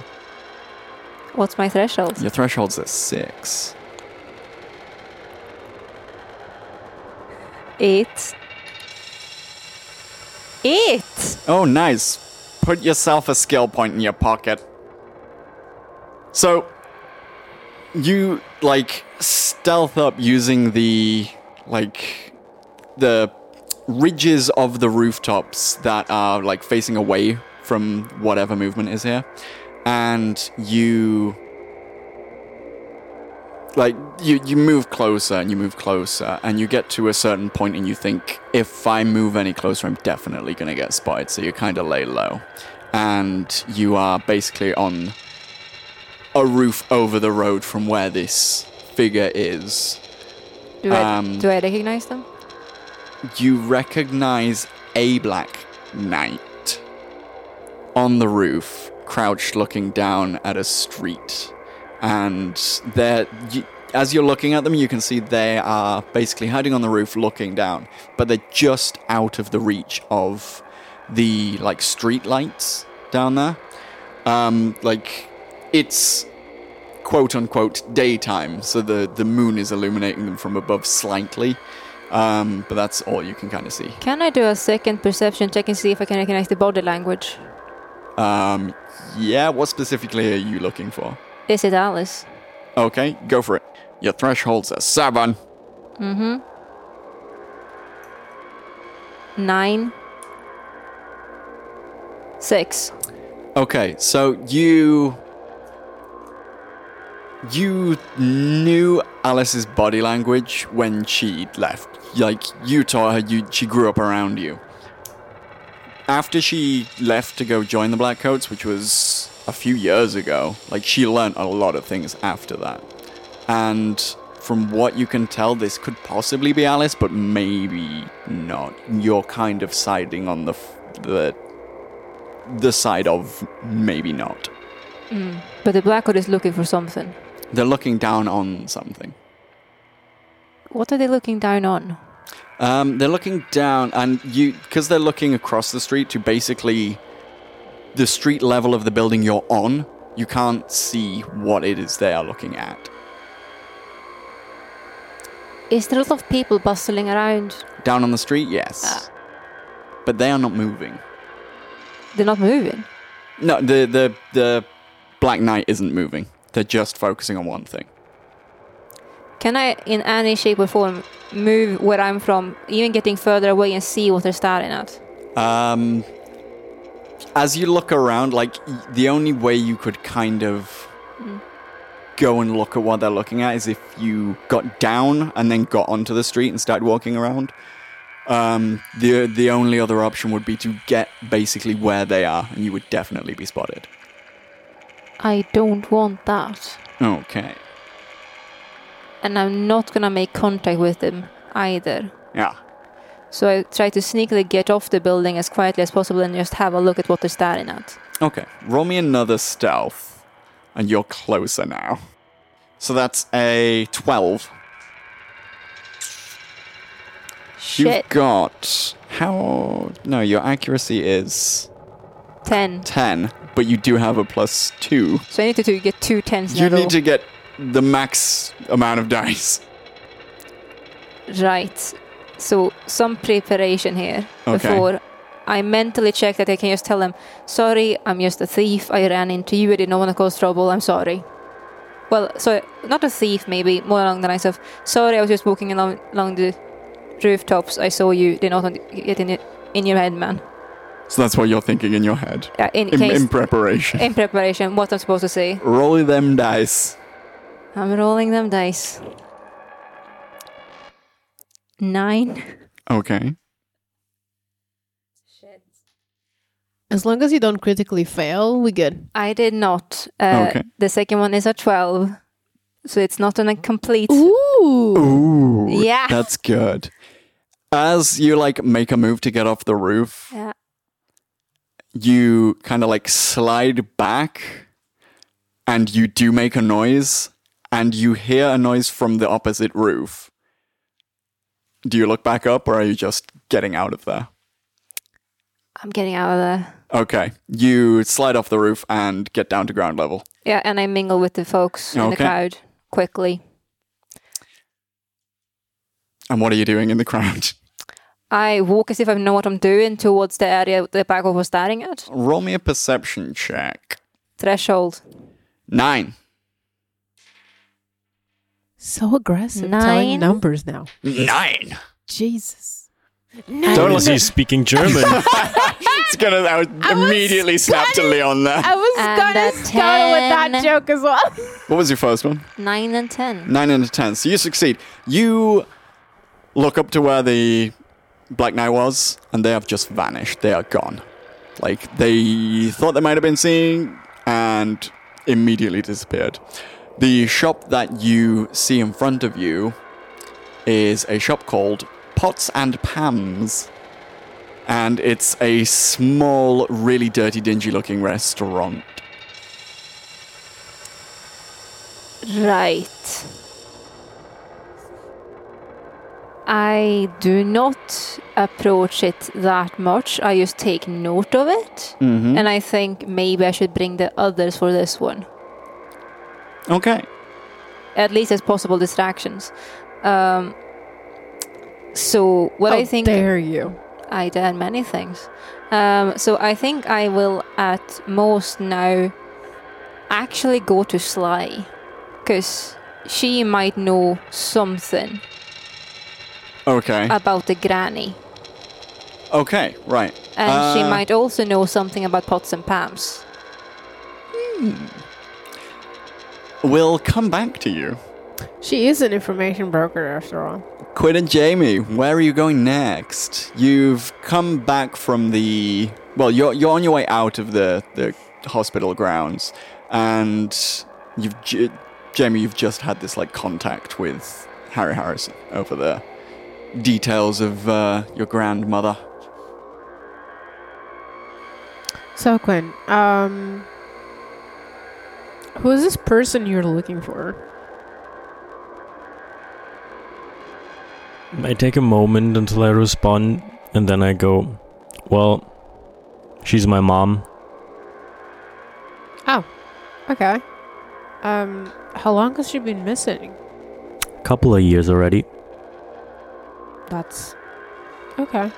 S4: What's my threshold?
S1: Your threshold's at six.
S4: Eight. Eight!
S1: Oh, nice. Put yourself a skill point in your pocket. So, you like stealth up using the like the ridges of the rooftops that are like facing away from whatever movement is here, and you like you you move closer and you move closer and you get to a certain point and you think if I move any closer I'm definitely going to get spotted so you kind of lay low and you are basically on a roof over the road from where this figure is
S4: Do I,
S1: Um,
S4: do I recognize them?
S1: you recognize a black knight on the roof, crouched looking down at a street. And there, y as you're looking at them, you can see they are basically hiding on the roof, looking down, but they're just out of the reach of the like street lights down there. Um, like it's quote unquote daytime, so the the moon is illuminating them from above slightly. Um, but that's all you can kind of see.
S4: Can I do a second perception check and see if I can recognize the body language?
S1: Um, yeah, what specifically are you looking for?
S4: Is it Alice?
S1: Okay, go for it. Your threshold's a seven.
S4: Nine. Six.
S1: Okay, so you you knew Alice's body language when she left. Like you taught her, you she grew up around you. After she left to go join the Black Coats, which was a few years ago, like she learned a lot of things after that. And from what you can tell, this could possibly be Alice, but maybe not. You're kind of siding on the f- the the side of maybe not.
S4: But the black Blackwood is looking for something.
S1: They're looking down on something.
S4: What are they looking down on?
S1: Um, they're looking down, and you because they're looking across the street to basically the street level of the building you're on. You can't see what it is they are looking at.
S4: Is there a lot of people bustling around?
S1: Down on the street, yes, but they are not moving.
S4: They're not moving.
S1: No, the the the Black Knight isn't moving. They're just focusing on one thing.
S4: Can I, in any shape or form, move where I'm from, even getting further away and see what they're staring at?
S1: Um, as you look around, like y- the only way you could kind of go and look at what they're looking at is if you got down and then got onto the street and started walking around. Um, the the only other option would be to get basically where they are, and you would definitely be spotted.
S4: I don't want that.
S1: Okay.
S4: And I'm not gonna make contact with them either.
S1: Yeah.
S4: So I try to sneakily get off the building as quietly as possible and just have a look at what they're staring at.
S1: Okay. Roll me another stealth, and you're closer now. So that's a twelve.
S4: Shit.
S1: You've got how? No, your accuracy is
S4: Ten.
S1: ten, but you do have a plus two.
S4: So I need to do- get two tens in
S1: You
S4: a row.
S1: need to get the max amount of dice.
S4: Right. So some preparation here
S1: Okay.
S4: before I mentally check that I can just tell them, sorry, I'm just a thief. I ran into you. I did not want to cause trouble. I'm sorry. Well, so not a thief, maybe more along the lines of, sorry, I was just walking along along the rooftops. I saw you. Did not want to get in your, in your head, man.
S1: So that's what you're thinking in your head
S4: Uh, in
S1: in,
S4: case
S1: in preparation.
S4: in preparation, what I'm supposed to say.
S1: Roll them dice.
S4: I'm rolling them dice. Nine.
S1: Okay.
S2: As long as you don't critically fail, we good.
S4: I did not. Uh,
S1: Okay.
S4: The second one is a 12. So it's not on a complete.
S2: Ooh.
S1: Ooh.
S4: Yeah.
S1: That's good. As you like make a move to get off the roof,
S4: Yeah.
S1: you kind of like slide back and you do make a noise and you hear a noise from the opposite roof. Do you look back up or are you just getting out of there?
S4: I'm getting out of there.
S1: Okay. You slide off the roof and get down to ground level.
S4: Yeah, and I mingle with the folks in the
S1: Okay.
S4: crowd quickly.
S1: And what are you doing in the <laughs> crowd?
S4: I walk as if I know what I'm doing towards the area the back was staring at.
S1: Roll me a perception check.
S4: Threshold.
S1: Nine.
S2: So aggressive.
S4: Nine.
S2: Telling numbers now.
S1: Nine.
S2: Jesus.
S1: <laughs>
S3: Don't he's speaking German.
S1: It's gonna that would
S2: I was
S1: immediately snap to
S2: gutted.
S1: Leon there.
S2: I was
S4: And
S2: gonna
S4: a
S2: start with that
S4: 10.
S2: joke as well.
S1: What was your first one?
S4: Nine and ten.
S1: Nine out of ten. So you succeed. You look up to where the Black Knight was, and they have just vanished. They are gone. Like they thought they might have been seeing, and immediately disappeared. The shop that you see in front of you is a shop called Pots and Pams. And it's a small, really dirty, dingy looking restaurant.
S4: Right. I do not approach it that much. I just take note of it.
S1: Mm-hmm.
S4: And I think maybe I should bring the others for this one.
S1: Okay.
S4: At least as possible distractions. Um, so, what
S2: Oh,
S4: I think.
S2: dare you?
S4: I did many things. Um, so I think I will at most now actually go to Sly because she might know something
S1: Okay.
S4: about the granny.
S1: okay, right.
S4: And she
S1: Uh,
S4: might also know something about pots and pans.
S1: We'll come back to you.
S2: She is an information broker after all.
S1: Quinn and Jamie, where are you going next? You've come back from the well, you're you're on your way out of the the hospital grounds, and you've j- Jamie, you've just had this like contact with Harry Harrison over there. Details of uh, your grandmother.
S2: So Quinn, um, who is this person you're looking for?
S3: I take a moment until I respond, and then I go, Well, she's my mom.
S2: Okay. Um, how long has she been missing?
S3: Couple of years already.
S2: That's okay.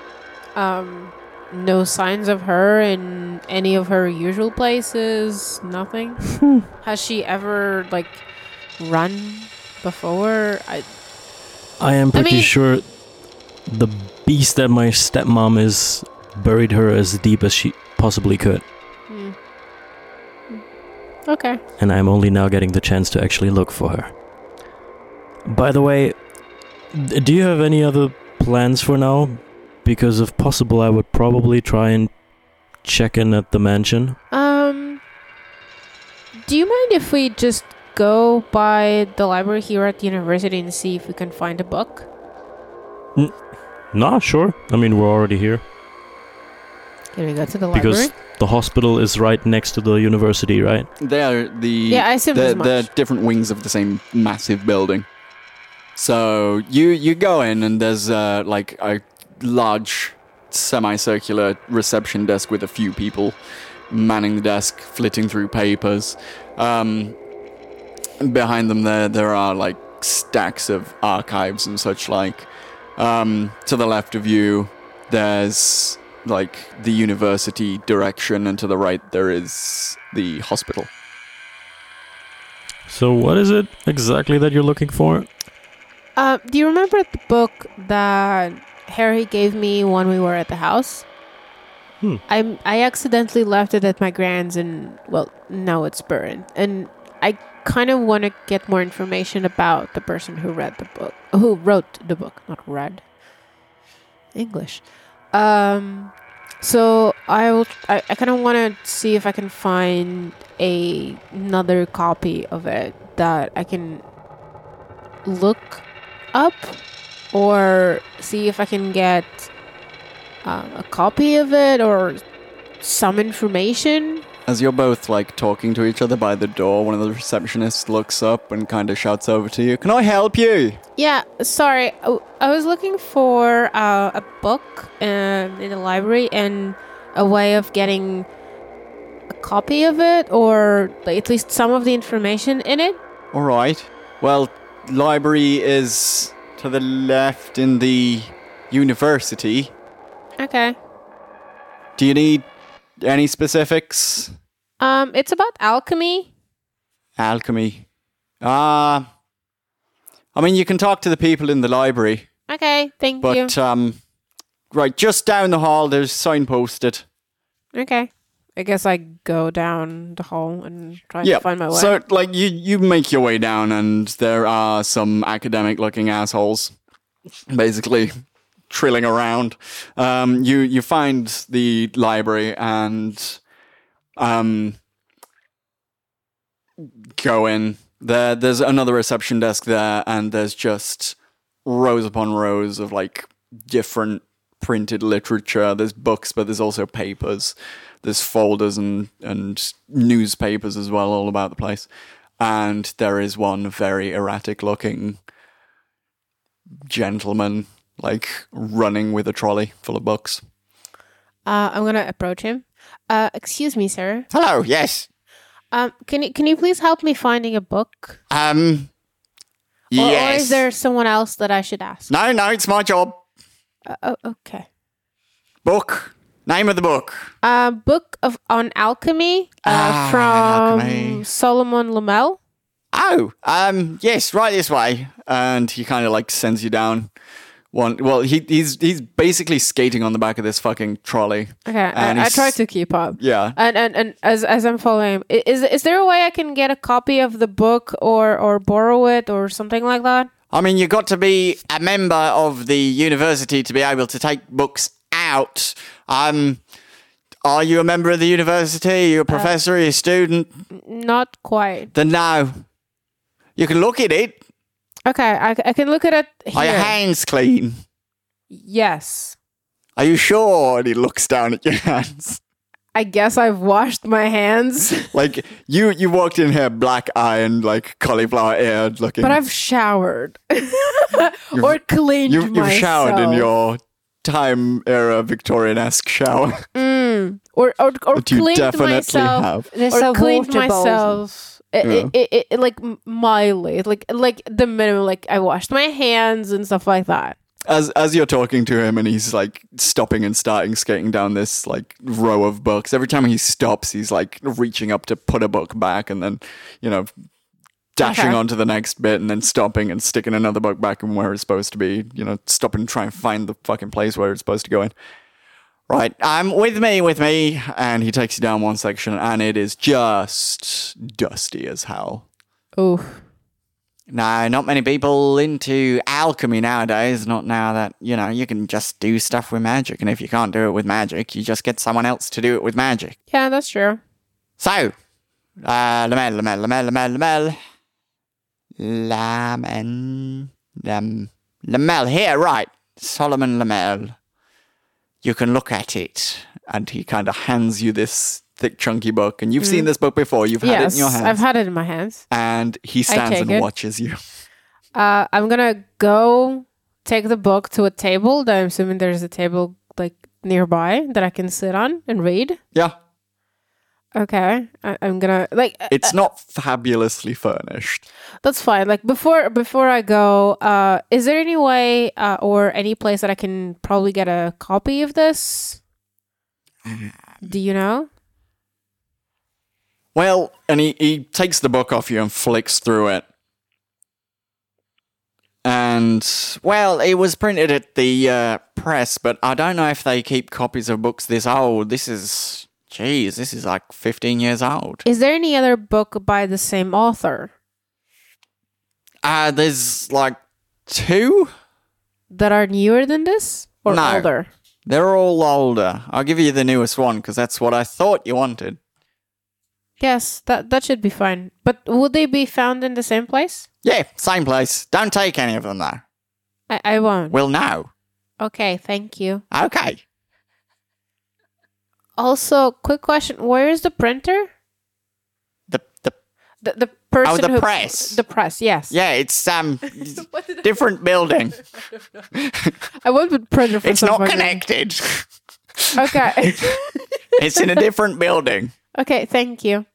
S2: Um, no signs of her in any of her usual places. <laughs> Nothing. Has she ever like run before? I
S3: I am pretty
S2: mean-
S3: sure the beast that my stepmom is buried her as deep as she possibly could.
S2: hmm. okay.
S3: And I'm only now getting the chance to actually look for her. By the way, d- do you have any other plans for now? Because if possible, I would probably try and check in at the mansion.
S2: Um, do you mind if we just go by the library here at the university and see if we can find a book?
S3: Nah, sure. I mean, we're already here.
S2: Can we go to the
S3: because
S2: library?
S3: the hospital is right next to the university, right?
S1: They are the
S2: Yeah, I assumed
S1: they're,
S2: as much.
S1: they're different wings of the same massive building. So you you go in and there's uh, like a large semicircular reception desk with a few people manning the desk, flitting through papers. Um, behind them there there are like stacks of archives and such like. Um, to the left of you, there's like the university direction, and to the right there is the hospital.
S3: So, what is it exactly that you're looking for?
S2: Uh, do you remember the book that Harry gave me when we were at the house?
S3: Hmm.
S2: I I accidentally left it at my grand's, and well, now it's burned. And I kind of want to get more information about the person who read the book, who wrote the book, not read. English. Um, so I will. I, I kind of want to see if I can find a another copy of it that I can look up or see if I can get um, a copy of it or some information.
S1: As you're both like talking to each other by the door, one of the receptionists looks up and kind of shouts over to you, "Can I help you?"
S2: Yeah, sorry. I, I was looking for uh, a book um, in the library and a way of getting a copy of it or like, at least some of the information in it.
S1: All right. Well, library is to the left in the university.
S2: Okay.
S1: Do you need any specifics?
S2: Um, it's about alchemy.
S1: Alchemy. Ah. I mean, you can talk to the people in the library,
S2: Okay, thank you.
S1: but um, right, just down the hall, there's signposted.
S2: Okay. I guess I go down the hall and try
S1: Yeah.
S2: to find my way.
S1: So like you you make your way down and there are some academic looking assholes basically trilling around. Um you you find the library and um go in. There there's another reception desk there and there's just rows upon rows of like different printed literature. There's books, but there's also papers. There's folders and, and newspapers as well, all about the place. And there is one very erratic looking gentleman, like running with a trolley full of books.
S2: uh, I'm gonna approach him. Uh, excuse me, sir.
S5: Hello, yes.
S2: Um, can you can you please help me finding a book?
S5: Um,
S2: Or,
S5: yes.
S2: or is there someone else that I should ask?
S5: No, no, it's my job.
S2: Uh, oh, okay.
S5: Book. Name of the book.
S2: Uh, book of on alchemy uh,
S5: Ah,
S2: from
S5: alchemy.
S2: Solomon Lamel.
S5: Oh, um, yes, right
S1: This way. And he kind of like sends you down. One, well, he, he's he's basically skating on the back of this fucking trolley.
S2: Okay,
S1: And
S2: I, I
S1: he's-
S2: try to keep up.
S1: Yeah.
S2: And, and and as as I'm following, him, i- is is there a way I can get a copy of the book or or borrow it or something like that?
S5: I mean, you've got to be a member of the university to be able to take books out. Um, are you a member of the university? Are
S2: Uh,
S5: you a professor? Are you a student?
S2: Not quite.
S5: Then no. You can look at it.
S2: Okay, I, I can look at it here.
S5: Are your hands clean?
S2: yes,
S5: Are you sure? And he looks down at your <laughs> hands.
S2: I guess I've washed my hands, <laughs>
S1: Like you you walked in here black eye and like cauliflower ear looking.
S2: but I've showered <laughs> or cleaned
S1: You've, you've showered in
S2: myself.
S1: your time era Victorian esque shower
S5: <laughs>
S2: Mm. or or or
S1: that you
S2: cleaned
S1: definitely
S2: myself.
S1: have.
S4: There's
S2: or
S4: a
S2: cleaned
S4: water bowl.
S2: myself. It, it, it, it, it, like m- mildly, like like the minimum. Like I washed my hands and stuff like that.
S1: As as you're talking to him and he's like stopping and starting skating down this like row of books. Every time he stops, he's like reaching up to put a book back and then, you know, dashing
S2: Okay.
S1: on to the next bit and then stopping and sticking another book back in where it's supposed to be. You know, stop and try and find the fucking place where it's supposed to go in.
S5: Right. Um, with me, with me.
S1: And he takes you down one section and it is just dusty as hell.
S2: Oh,
S5: No, not many people into alchemy nowadays. Not now that, you know, you can just do stuff with magic. And if you can't do it with magic, you just get someone else to do it with magic.
S2: yeah, that's true.
S5: So, uh, Lamel, Lamel, Lamel, Lamel, Lamel. Lamen, Lam, Lamel, here, right. Solomon Lamel. You can look at it.
S1: and he kind of hands you this thick chunky book and you've seen this book before you've had it
S2: Mm. yes,
S1: in your hands
S2: I've had it in my hands.
S1: and he stands
S2: take
S1: and
S2: it.
S1: watches you
S2: Uh, I'm gonna go take the book to a table. That I'm assuming there's a table like nearby that I can sit on and read.
S1: yeah
S2: Okay, I, I'm gonna like uh,
S1: it's not fabulously furnished
S2: that's fine. Like before before I go, uh, is there any way uh, or any place that I can probably get a copy of this? Do you know?
S1: well and he, he takes the book off you and flicks through it and
S5: Well, it was printed at the uh, press, but I don't know if they keep copies of books this old. This is, geez, this is like 15 years old.
S2: Is there any other book by the same author
S5: Uh, there's like two?
S2: that are newer than this or
S5: No.
S2: older?
S5: They're all older. I'll give you the newest one because that's what I thought you wanted.
S2: Yes, that that should be fine. But would they be found in the same place?
S5: Yeah, same place. Don't take any of them though.
S2: I, I won't.
S5: We'll know.
S2: Okay, thank you.
S5: Okay.
S2: Also, quick question: Where is the printer?
S5: The the
S2: The the person.
S5: Oh, the
S2: who-
S5: press.
S2: The press. Yes.
S5: yeah, it's um
S2: What did I-
S5: different building.
S2: I went with printer. For
S5: It's
S2: some
S5: not
S2: fucking-
S5: connected. <laughs>
S2: Okay.
S5: it's in a different building.
S2: okay. Thank you.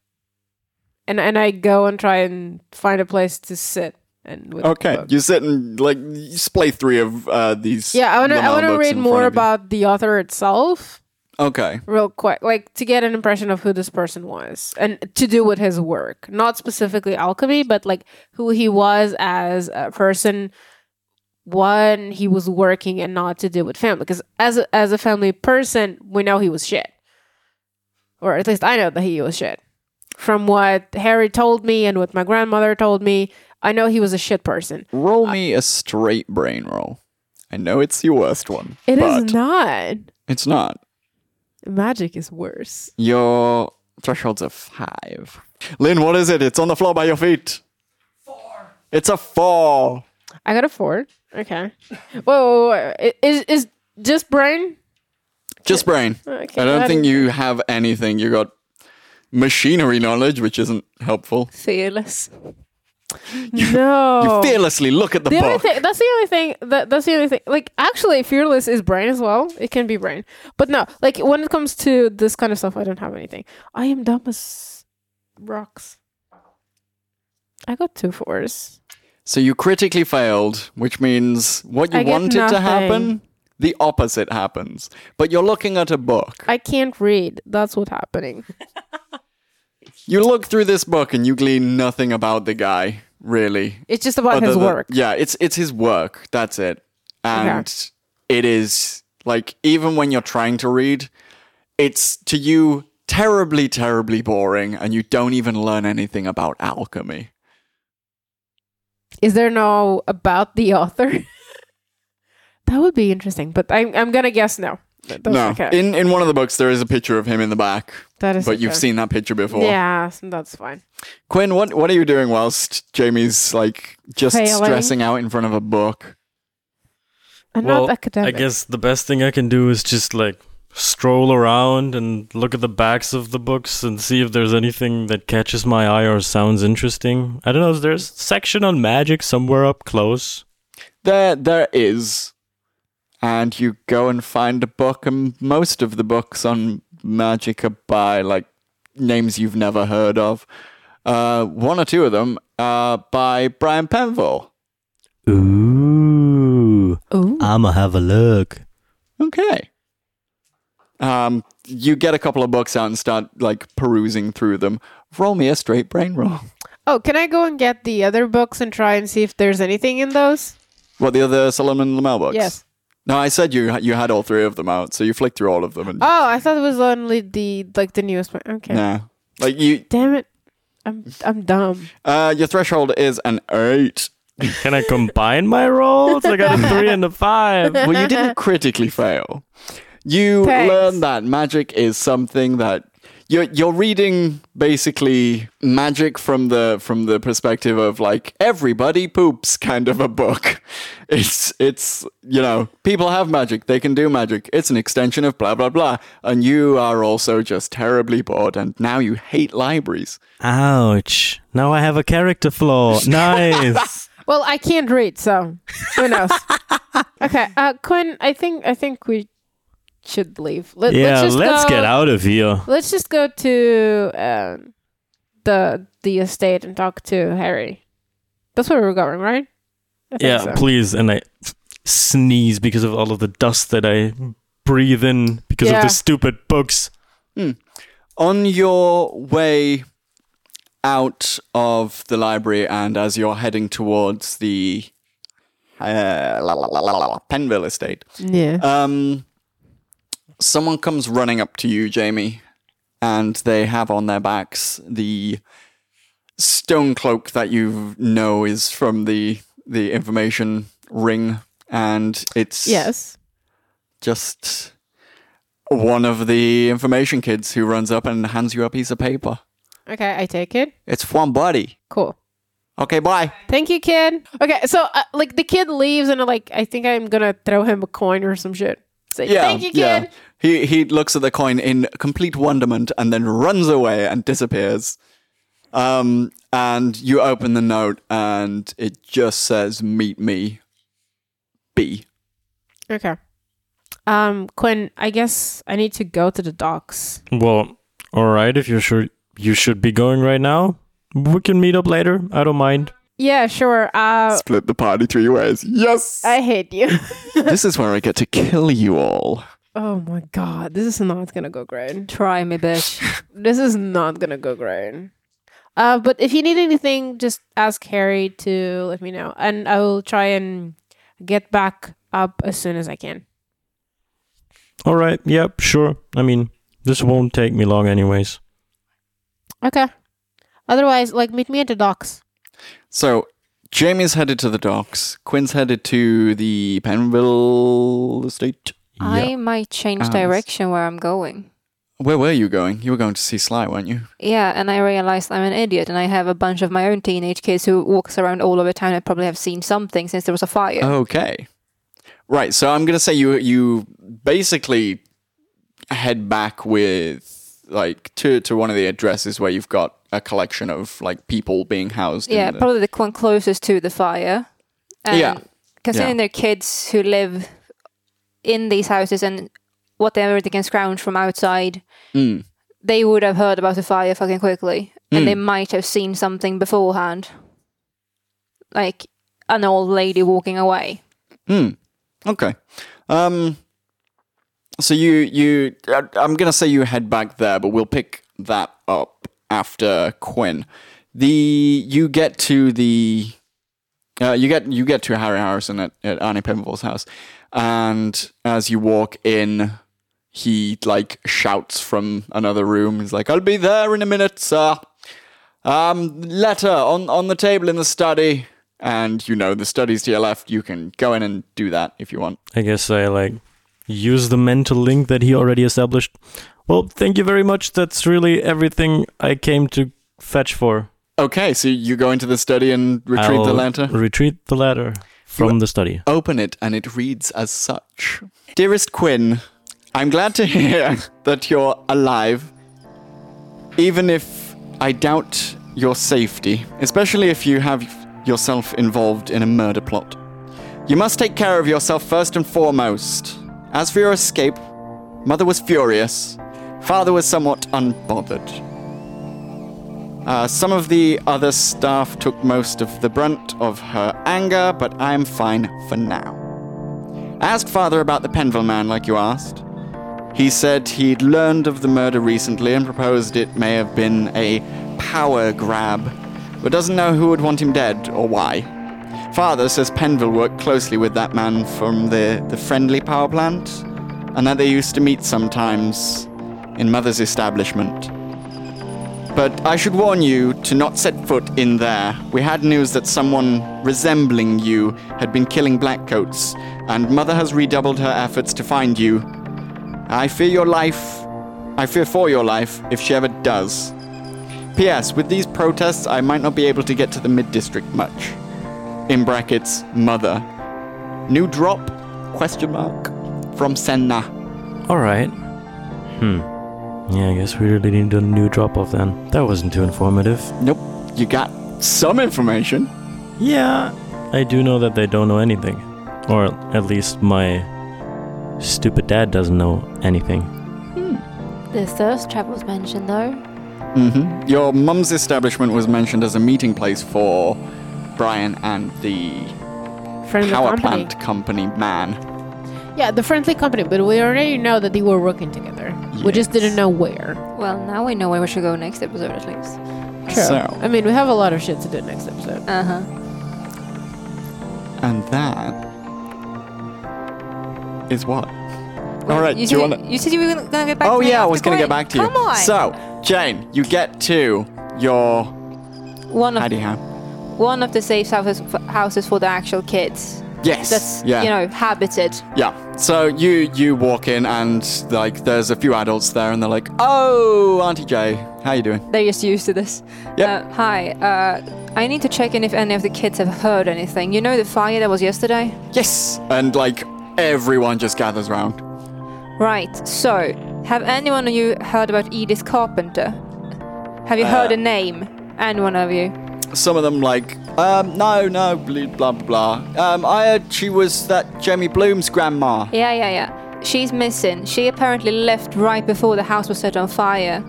S2: And and I go and try and find a place to sit and with the
S1: okay
S2: book.
S1: you sit and like you splay three of uh, these
S2: Yeah, I want to I
S1: Lamel
S2: want to
S1: books
S2: read
S1: in front
S2: more
S1: of you.
S2: about the author itself
S1: okay
S2: real quick like to get an impression of who this person was and to do with his work not specifically alchemy but like who he was as a person when he was working and not to do with family because as a, as a family person we know he was shit or at least I know that he was shit. From what Harry told me and what my grandmother told me, I know he was a shit person.
S1: Roll me a straight brain roll. I know it's your worst one.
S2: It is
S1: but
S2: not.
S1: It's not.
S2: Magic is worse.
S1: Your threshold's a five. Lynn, what is it? It's on the floor by your feet. Four. It's a four.
S2: I got a four. Okay. Whoa, whoa, whoa. I- Is is just brain?
S1: Just brain.
S2: Okay,
S1: I
S2: that
S1: don't think
S2: is-
S1: you have anything. You got machinery knowledge, which isn't helpful.
S4: Fearless.
S2: No.
S1: You fearlessly look at the,
S2: Oh. the only
S1: book.
S2: thing that's the only thing that that's the only thing like actually fearless is brain as well it can be brain but no like when it comes to this kind of stuff i don't have anything i am dumb as rocks i got two fours
S1: So you critically failed, which means what you
S2: I get
S1: wanted to
S2: nothing.
S1: happen, the opposite happens. But you're looking at a book.
S2: i can't read that's what's happening
S1: You look through this book and you glean nothing about the guy, really.
S2: it's just about
S1: Other
S2: his
S1: than-
S2: work
S1: yeah, it's it's his work. That's it. And it is like even when you're trying to read, it's to you terribly, terribly boring, and you don't even learn anything about alchemy.
S2: is there no about the author <laughs> that would be interesting but i'm, I'm gonna guess no That- that's
S1: no,
S2: okay.
S1: in in one of the books there is a picture of him in the back,
S2: that is
S1: but you've
S2: okay.
S1: seen that picture before.
S2: yeah so that's fine
S1: Quinn, what what are you doing whilst Jamie's like just
S2: Failing.
S1: stressing out in front of a book?
S2: i'm
S3: well,
S2: Uh, not academic
S3: I guess the best thing I can do is just like stroll around and look at the backs of the books and see if there's anything that catches my eye or sounds interesting. I don't know, is there a section on magic somewhere up close?
S1: There, there is. And you go and find a book, and most of the books on magic are by like names you've never heard of. Uh, one or two of them are by Brian Penville.
S3: Ooh,
S2: Ooh.
S3: I'ma have a look.
S1: Okay. Um, you get a couple of books out and start like perusing through them. Roll me a straight brain roll. <laughs>
S2: Oh, can I go and get the other books and try and see if there's anything in those?
S1: What the other Solomon Lamel books?
S2: Yes.
S1: No, I said you you had all three of them out, so you flicked through all of them and
S2: Oh, I thought it was only the like the newest one. Okay.
S1: nah. Like you,
S2: Damn it. I'm I'm dumb.
S1: uh, your threshold is an eight.
S3: Can I combine my rolls? I got a three and a five.
S1: well, you didn't critically fail. You
S2: Thanks.
S1: learn that magic is something that you're you're reading basically magic from the from the perspective of like everybody poops kind of a book. <laughs> It's it's you know people have magic they can do magic. It's an extension of blah blah blah, and you are also just terribly bored, and now you hate libraries.
S3: Ouch. Now I have a character <laughs> flaw. Nice.
S2: Well, I can't read, so who <laughs> knows? okay. Uh Quinn, I think I think we should leave. Let,
S3: yeah,
S2: just
S3: let's
S2: go-
S3: get out of here.
S2: Let's just go to um, the the estate and talk to Harry. That's where we're going, right? I think
S3: Yeah,
S2: so.
S3: please. And I sneeze because of all of the dust that I breathe in because of
S2: Yeah.
S3: the stupid books.
S1: on your way out of the library and as you're heading towards the uh, la, la, la, la, la, la, Penville estate,
S2: Yeah.
S1: um, someone comes running up to you, Jamie, and they have on their backs the stone cloak that you know is from the the information ring, and it's
S2: yes.
S1: just one of the information kids who runs up and hands you a piece of paper.
S2: Okay, I take it.
S1: It's one buddy.
S2: Cool.
S1: Okay, bye.
S2: Thank you, kid. Okay, so uh, like the kid leaves, and like I think I'm gonna throw him a coin or some shit. Say, thank you, kid.
S1: He he looks at the coin in complete wonderment and then runs away and disappears. Um, and you open the note and it just says, "Meet me, B."
S2: Okay. Um, Quinn, I guess I need to go to the docks.
S3: Well, all right. If you're sure you should be going right now, we can meet up later. I don't mind.
S2: Yeah, sure. Uh,
S1: Split the party three ways. Yes.
S2: I hate you.
S1: this is where I get to kill you all.
S2: <laughs> oh my god, this is not gonna go great.
S4: Try me, bitch.
S2: This is not gonna go great. Uh, but if you need anything, just ask Harry to let me know, and I will try and get back up as soon as I can.
S3: All right. Yep. Sure. I mean, This won't take me long, anyways.
S2: Okay. Otherwise, like, meet me at the docks.
S1: So Jamie's headed to the docks. Quinn's headed to the Penville estate.
S4: I might change
S1: Ah, that's-
S4: direction where I'm going.
S1: Where were you going? You were going to see Sly, weren't you?
S4: Yeah, and I realized I'm an idiot, and I have a bunch of my own teenage kids who walks around all over town and probably have seen something since there was a fire.
S1: Oh, Okay. Right. So I'm gonna say you you basically head back with like to to one of the addresses where you've got a collection of like people being housed. in
S4: yeah,
S1: the-
S4: probably the one closest to the fire. And
S1: Yeah.
S4: Considering
S1: Yeah.
S4: they're kids who live in these houses and whatever they can scrounge from outside,
S1: Mm.
S4: they would have heard about the fire fucking quickly. And
S1: Hmm.
S4: they might have seen something beforehand. Like an old lady walking away.
S1: Hmm. Okay. Um. So you you I- I'm gonna say you head back there, but we'll pick that up after Quinn. The you get to the uh, you get you get to Harry Harrison at, at Annie Pimmel's house, and as you walk in, he like shouts from another room. He's like, "I'll be there in a minute, sir." Um, letter on on the table in the study, and you know the study's to your left. You can go in and do that if you want.
S3: I guess I like use the mental link that he already established. Well, thank you very much. That's really everything I came to fetch for.
S1: Okay, so you go into the study and retrieve the
S3: I'll
S1: letter.
S3: Retreat the ladder from the study.
S1: Open it, and it reads as such Dearest Quinn, I'm glad to hear that you're alive, even if I doubt your safety, especially if you have yourself involved in a murder plot. You must take care of yourself first and foremost. As for your escape, Mother was furious, Father was somewhat unbothered. Uh, some of the other staff took most of the brunt of her anger, but I'm fine for now. Ask Father about the Penville man, like you asked. He said he'd learned of the murder recently and proposed it may have been a power grab, but doesn't know who would want him dead or why. Father says Penville worked closely with that man from the, the friendly power plant, and that they used to meet sometimes in Mother's establishment. But I should warn you to not set foot in there. We had news that someone resembling you had been killing blackcoats, and Mother has redoubled her efforts to find you. I fear your life. I fear for your life if she ever does. P.S. With these protests, I might not be able to get to the mid district much. In brackets, Mother. New drop? Question mark. From Senna.
S3: All right. Hmm. Yeah, I guess we really need a new drop off then. That wasn't too informative.
S1: Nope. You got some information.
S3: Yeah, I do know that they don't know anything. Or at least my stupid dad doesn't know anything.
S4: The thirst trap was mentioned though.
S1: hmm Your mum's establishment was mentioned as a meeting place for Brian and the
S2: Friend of the
S1: power
S2: company.
S1: plant company man.
S2: Yeah, the friendly company, but we already know that they were working together. We just
S1: Yes.
S2: didn't know where.
S4: Well, now we know where we should go next episode at least.
S2: True.
S1: So,
S2: I mean, we have a lot of shit to do next episode.
S4: Uh huh.
S1: and that is what. All right, do
S4: You said
S1: you
S4: you,
S1: want to?
S4: said you were gonna get back.
S1: Oh
S4: to me
S1: yeah, I
S4: after
S1: was gonna get
S4: Quinn.
S1: back to you.
S4: Come on.
S1: So, Jane, you get to your
S4: one of
S1: howdy how?
S4: one of the safe houses houses for the actual kids.
S1: Yes.
S4: That's
S1: yeah.
S4: you know habited.
S1: Yeah. So you you walk in and like there's a few adults there and they're like, "Oh, Auntie Jay, how you doing?"
S4: They're just used to this.
S1: Yep.
S4: Uh, hi. Uh, I need to check in if any of the kids have heard anything. You know the fire that was yesterday.
S1: Yes. And like everyone just gathers round.
S4: Right. So, have anyone of you heard about Edith Carpenter? Have you heard
S1: Uh,
S4: a name? Anyone of you?
S1: some of them like, um, no, no, blah, blah, blah. blah. Um, I heard she was that Jamie Bloom's grandma.
S4: Yeah, yeah, yeah. She's missing. She apparently left right before the house was set on fire.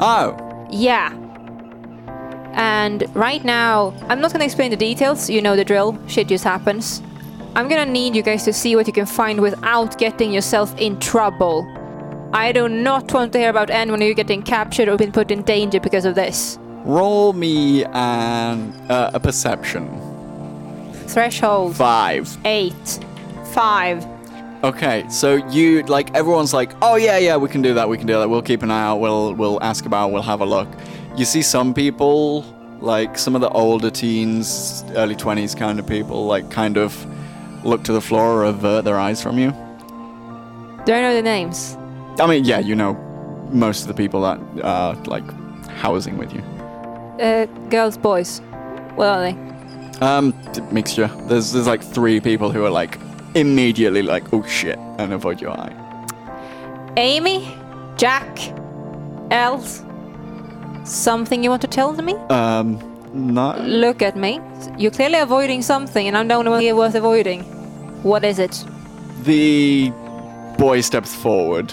S1: Oh,
S4: Yeah. And right now, I'm not gonna explain the details. You know the drill. Shit just happens. I'm gonna need you guys to see what you can find without getting yourself in trouble. I do not want to hear about anyone of you getting captured or being put in danger because of this.
S1: roll me an, uh, a perception.
S4: Threshold
S1: Five.
S4: eight, five.
S1: Okay, so you like everyone's like, oh yeah, yeah, we can do that, we can do that. We'll keep an eye out. We'll we'll ask about. We'll have a look. You see some people, like some of the older teens, early twenties kind of people, like kind of look to the floor or avert their eyes from you.
S4: Do I know the names?
S1: I mean, yeah, you know, most of the people that are like housing with you.
S4: Uh, girls, boys. What are they?
S1: Um, t- mixture. There's there's like three people who are like immediately like, oh shit, and avoid your eye.
S4: Amy, Jack, Els. Something you want to tell me?
S1: Um, no.
S4: Look at me. You're clearly avoiding something, and I'm the only one here worth avoiding. What is it?
S1: The boy steps forward.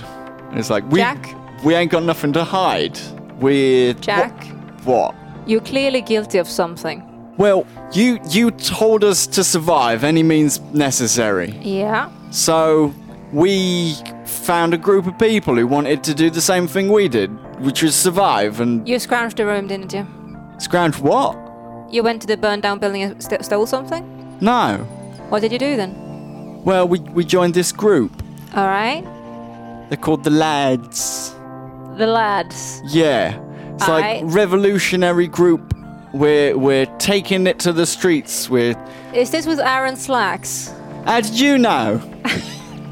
S1: And it's like, we,
S4: Jack?
S1: we ain't got nothing to hide. We're.
S4: Jack?
S1: What?
S4: You're clearly guilty of something.
S1: Well, you you told us to survive any means necessary.
S4: Yeah.
S1: So we found a group of people who wanted to do the same thing we did, which was survive and
S4: You scrounged the room, didn't you?
S1: scrounge what?
S4: You went to the burned down building and st- stole something?
S1: No.
S4: What did you do then?
S1: Well, we, we joined this group.
S4: Alright.
S1: They're called the Lads.
S4: The lads.
S1: Yeah. It's like
S4: Aight.
S1: revolutionary group. We're we're taking it to the streets. We're
S4: Is this with Aaron Slacks?
S1: how did you
S4: <laughs>
S1: know?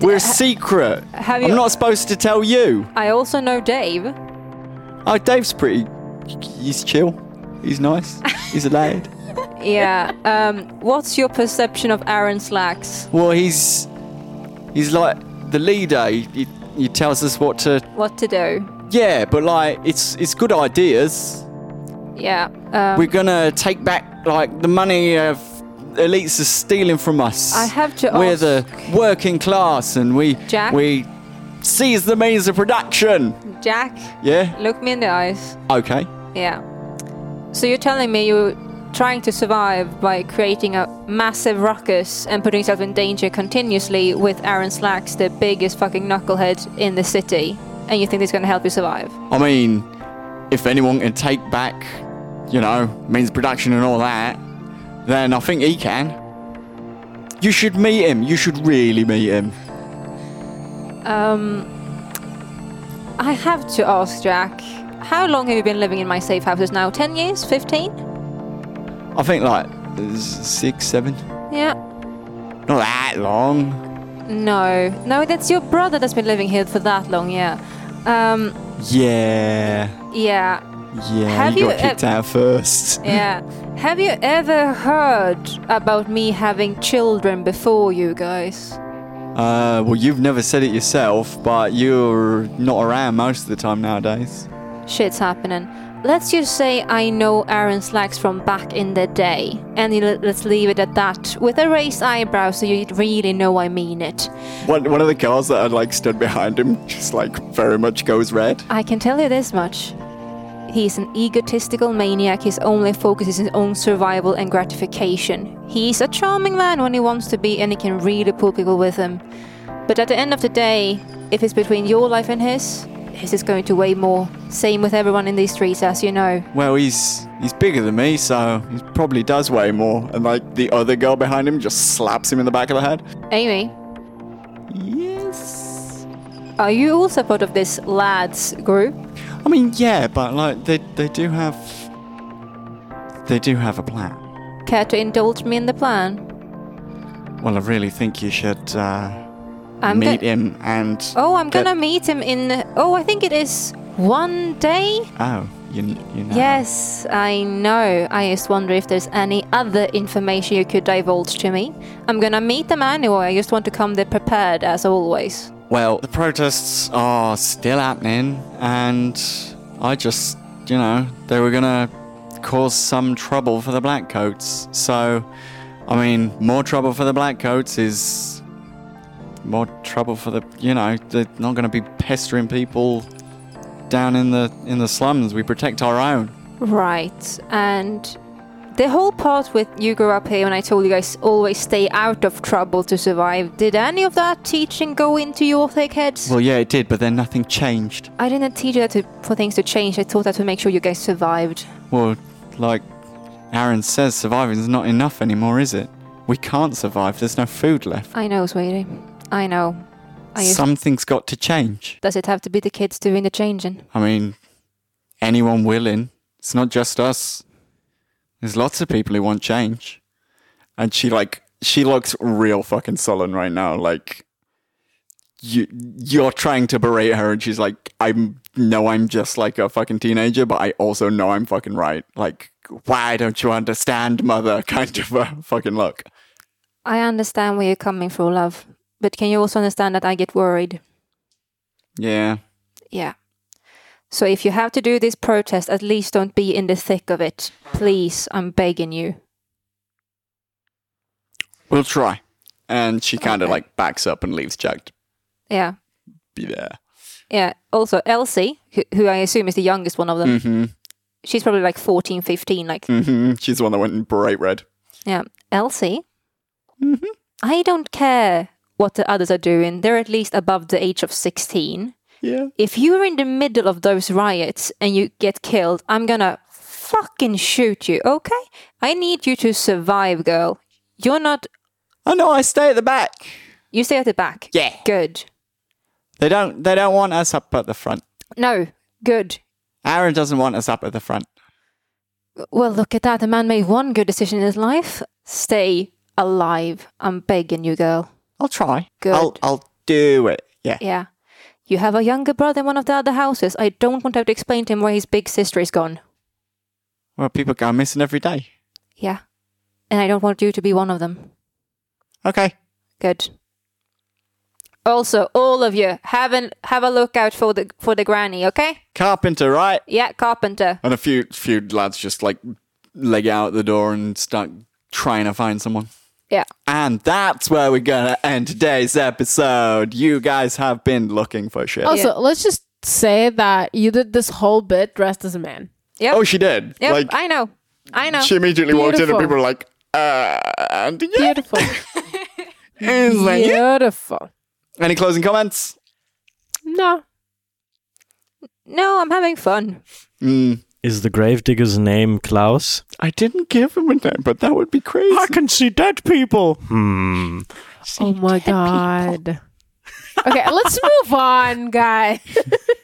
S1: we're secret.
S4: have
S1: I'm
S4: you-
S1: not supposed to tell you.
S4: I also know Dave.
S1: Oh, Dave's pretty. He's chill. He's nice. He's a lad.
S4: Yeah. <laughs> Um, what's your perception of Aaron Slacks?
S1: Well, he's he's like the leader. He, he, he tells us what to.
S4: What to do?
S1: Yeah, but like it's it's good ideas.
S4: Yeah. Um,
S1: We're gonna take back like the money of elites are stealing from us.
S4: I have to
S1: We're
S4: ask-
S1: the working class, and we
S4: Jack?
S1: we seize the means of production.
S4: Jack,
S1: Yeah.
S4: look me in the eyes.
S1: Okay.
S4: Yeah. So you're telling me you're trying to survive by creating a massive ruckus and putting yourself in danger continuously with Aaron Slacks, the biggest fucking knucklehead in the city, and you think this is going to help you survive?
S1: I mean, if anyone can take back, you know, means of production and all that, then I think he can. You should meet him. You should really meet him.
S4: Um, I have to ask Jack, how long have you been living in my safe houses now? 10 years? 15?
S1: I think like s- six, seven.
S4: Yeah.
S1: Not that long.
S4: No, no, that's your brother that's been living here for that long, yeah. Um,
S1: Yeah.
S4: yeah,
S1: Yeah.
S4: Have
S1: he
S4: you e-
S1: got kicked
S4: ev-
S1: out first.
S4: yeah. Have you ever heard about me having children before you guys?
S1: Uh, well, you've never said it yourself, but you're not around most of the time nowadays.
S4: Shit's happening. Let's just say I know Aaron Slacks from back in the day, and you let- let's leave it at that, with a raised eyebrow so you really know I mean it.
S1: One, one of the cars that had like stood behind him just like very much goes red.
S4: I can tell you this much. He's an egotistical maniac. His only focus is his own survival and gratification. He's a charming man when he wants to be, and he can really pull people with him. But at the end of the day, if it's between your life and his, his is going to weigh more. Same with everyone in these streets, as you know.
S1: Well, he's he's bigger than me, so he probably does weigh more. And like the other girl behind him just slaps him in the back of the head.
S4: Amy,
S1: Yes.
S4: are you also part of this lads group?
S1: I mean, yeah, but like they they do have they do have a plan.
S4: Care to indulge me in the plan?
S1: Well, I really think you should uh,
S4: I'm
S1: meet
S4: go-
S1: him and
S4: Oh, I'm
S1: Get-
S4: gonna meet him in. Oh, I think it is one day.
S1: oh, you you know.
S4: Yes, I know. I just wonder if there's any other information you could divulge to me. I'm gonna meet them anyway. I just want to come there prepared, as always.
S1: Well, the protests are still happening, and I just, you know, they were gonna cause some trouble for the black coats. So, I mean, more trouble for the black coats is more trouble for the, you know, they're not gonna be pestering people down in the in the slums. We protect our own.
S4: Right, and the whole part with you grew up here when I told you guys always stay out of trouble to survive. Did any of that teaching go into your thick heads?
S1: Well, yeah, it did, but then nothing changed.
S4: I didn't teach you that to, for things to change. I taught that to make sure you guys survived.
S1: Well, like Aaron says, surviving's not enough anymore, is it? We can't survive. There's no food left.
S4: I know, sweetie. I know. I guess-
S5: Something's got to change.
S4: Does it have to be the kids doing the changing?
S5: I mean, anyone willing. It's not just us. There's lots of people who want change.
S1: And she like she looks real fucking sullen right now. Like you you're trying to berate her, and she's like, "I'm no, I'm just like a fucking teenager, but I also know I'm fucking right." Like, why don't you understand, mother? <laughs> Kind of a fucking look.
S4: I understand where you're coming from, love. But can you also understand that I get worried?
S1: Yeah,
S4: Yeah. So if you have to do this protest, at least don't be in the thick of it. Please, I'm begging you.
S1: we'll try. And she kind of
S4: Okay.
S1: like backs up and leaves Jack to
S4: Yeah.
S1: be there.
S4: Yeah. Also, Elsie, who, who I assume is the youngest one of them,
S1: Mm-hmm.
S4: she's probably like 14, 15. Like,
S1: Mm-hmm.
S5: <laughs>
S1: She's the one that went in bright red.
S4: yeah. Elsie, I don't care what the others are doing. They're at least above the age of 16.
S1: Yeah.
S4: If you're in the middle of those riots and you get killed, I'm gonna fucking shoot you, okay? I need you to survive, girl. You're not.
S5: Oh no, I stay at the back.
S4: You stay at the back.
S5: Yeah.
S4: Good.
S5: They don't they don't want us up at the front.
S4: No, good.
S5: Aaron doesn't want us up at the front.
S4: Well, look at that. A man made one good decision in his life. Stay alive. I'm begging you, girl.
S5: I'll try.
S4: Good.
S5: I'll I'll do it. Yeah.
S4: Yeah. You have a younger brother in one of the other houses. I don't want to have to explain to him why his big sister is gone.
S5: Well, people go missing every day.
S4: Yeah. And I don't want you to be one of them.
S5: Okay.
S4: Good. Also, all of you, have an, have a lookout for the for the granny, okay?
S5: Carpenter, right?
S4: Yeah, carpenter.
S1: And a few few lads just like leg out the door and start trying to find someone.
S4: Yeah.
S5: And that's where we're gonna end today's episode. You guys have been looking for
S4: Oh,
S5: shit.
S2: Also, let's just say that you did this whole bit dressed as a man.
S4: Yep.
S1: Oh, she did.
S4: yep.
S1: like
S4: I know. I know.
S1: she immediately walked in and people
S2: Beautiful.
S1: were like, uh, and yeah. <laughs>
S2: Beautiful.
S1: And it's like, yeah.
S2: Beautiful.
S1: Any closing comments?
S2: No.
S4: no, I'm having fun.
S1: Mm.
S3: Is the gravedigger's name Klaus?
S1: I didn't give him a name, but that would be crazy.
S3: can see dead people. Hmm.
S2: Oh my god. <laughs> okay, let's move on, guys.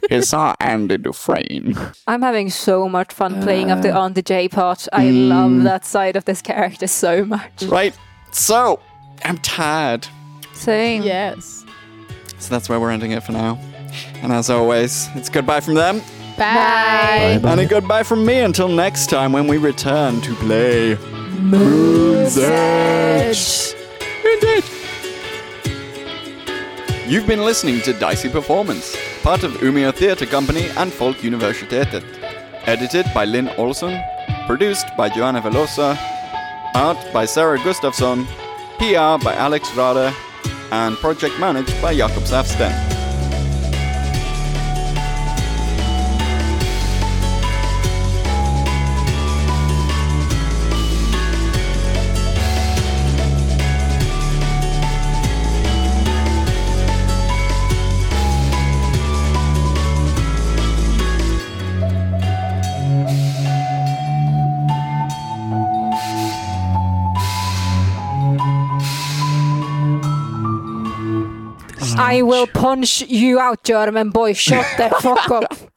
S1: It's our Andy Dufresne.
S4: I'm having so much fun playing up the
S1: Uh,
S4: Auntie J part. I love
S1: mm.
S4: that side of this character so much.
S1: right. So, I'm tired.
S4: Same.
S2: Yes.
S1: So that's where we're ending it for now. And as always, it's goodbye from them.
S2: Bye.
S1: And a goodbye from me until next time when we return to play Moon's Edge. Indeed. You've been listening to Dicey Performance, part of Umeå Theatre Company and Folkuniversitetet. Edited by Lynn Olson, produced by Joanna Velosa, art by Sarah Gustafsson, PR by Alex Rade, and project managed by Jakob Safsten. Oh, <laughs>
S4: I will punch you out, German boy. Shut the fuck up.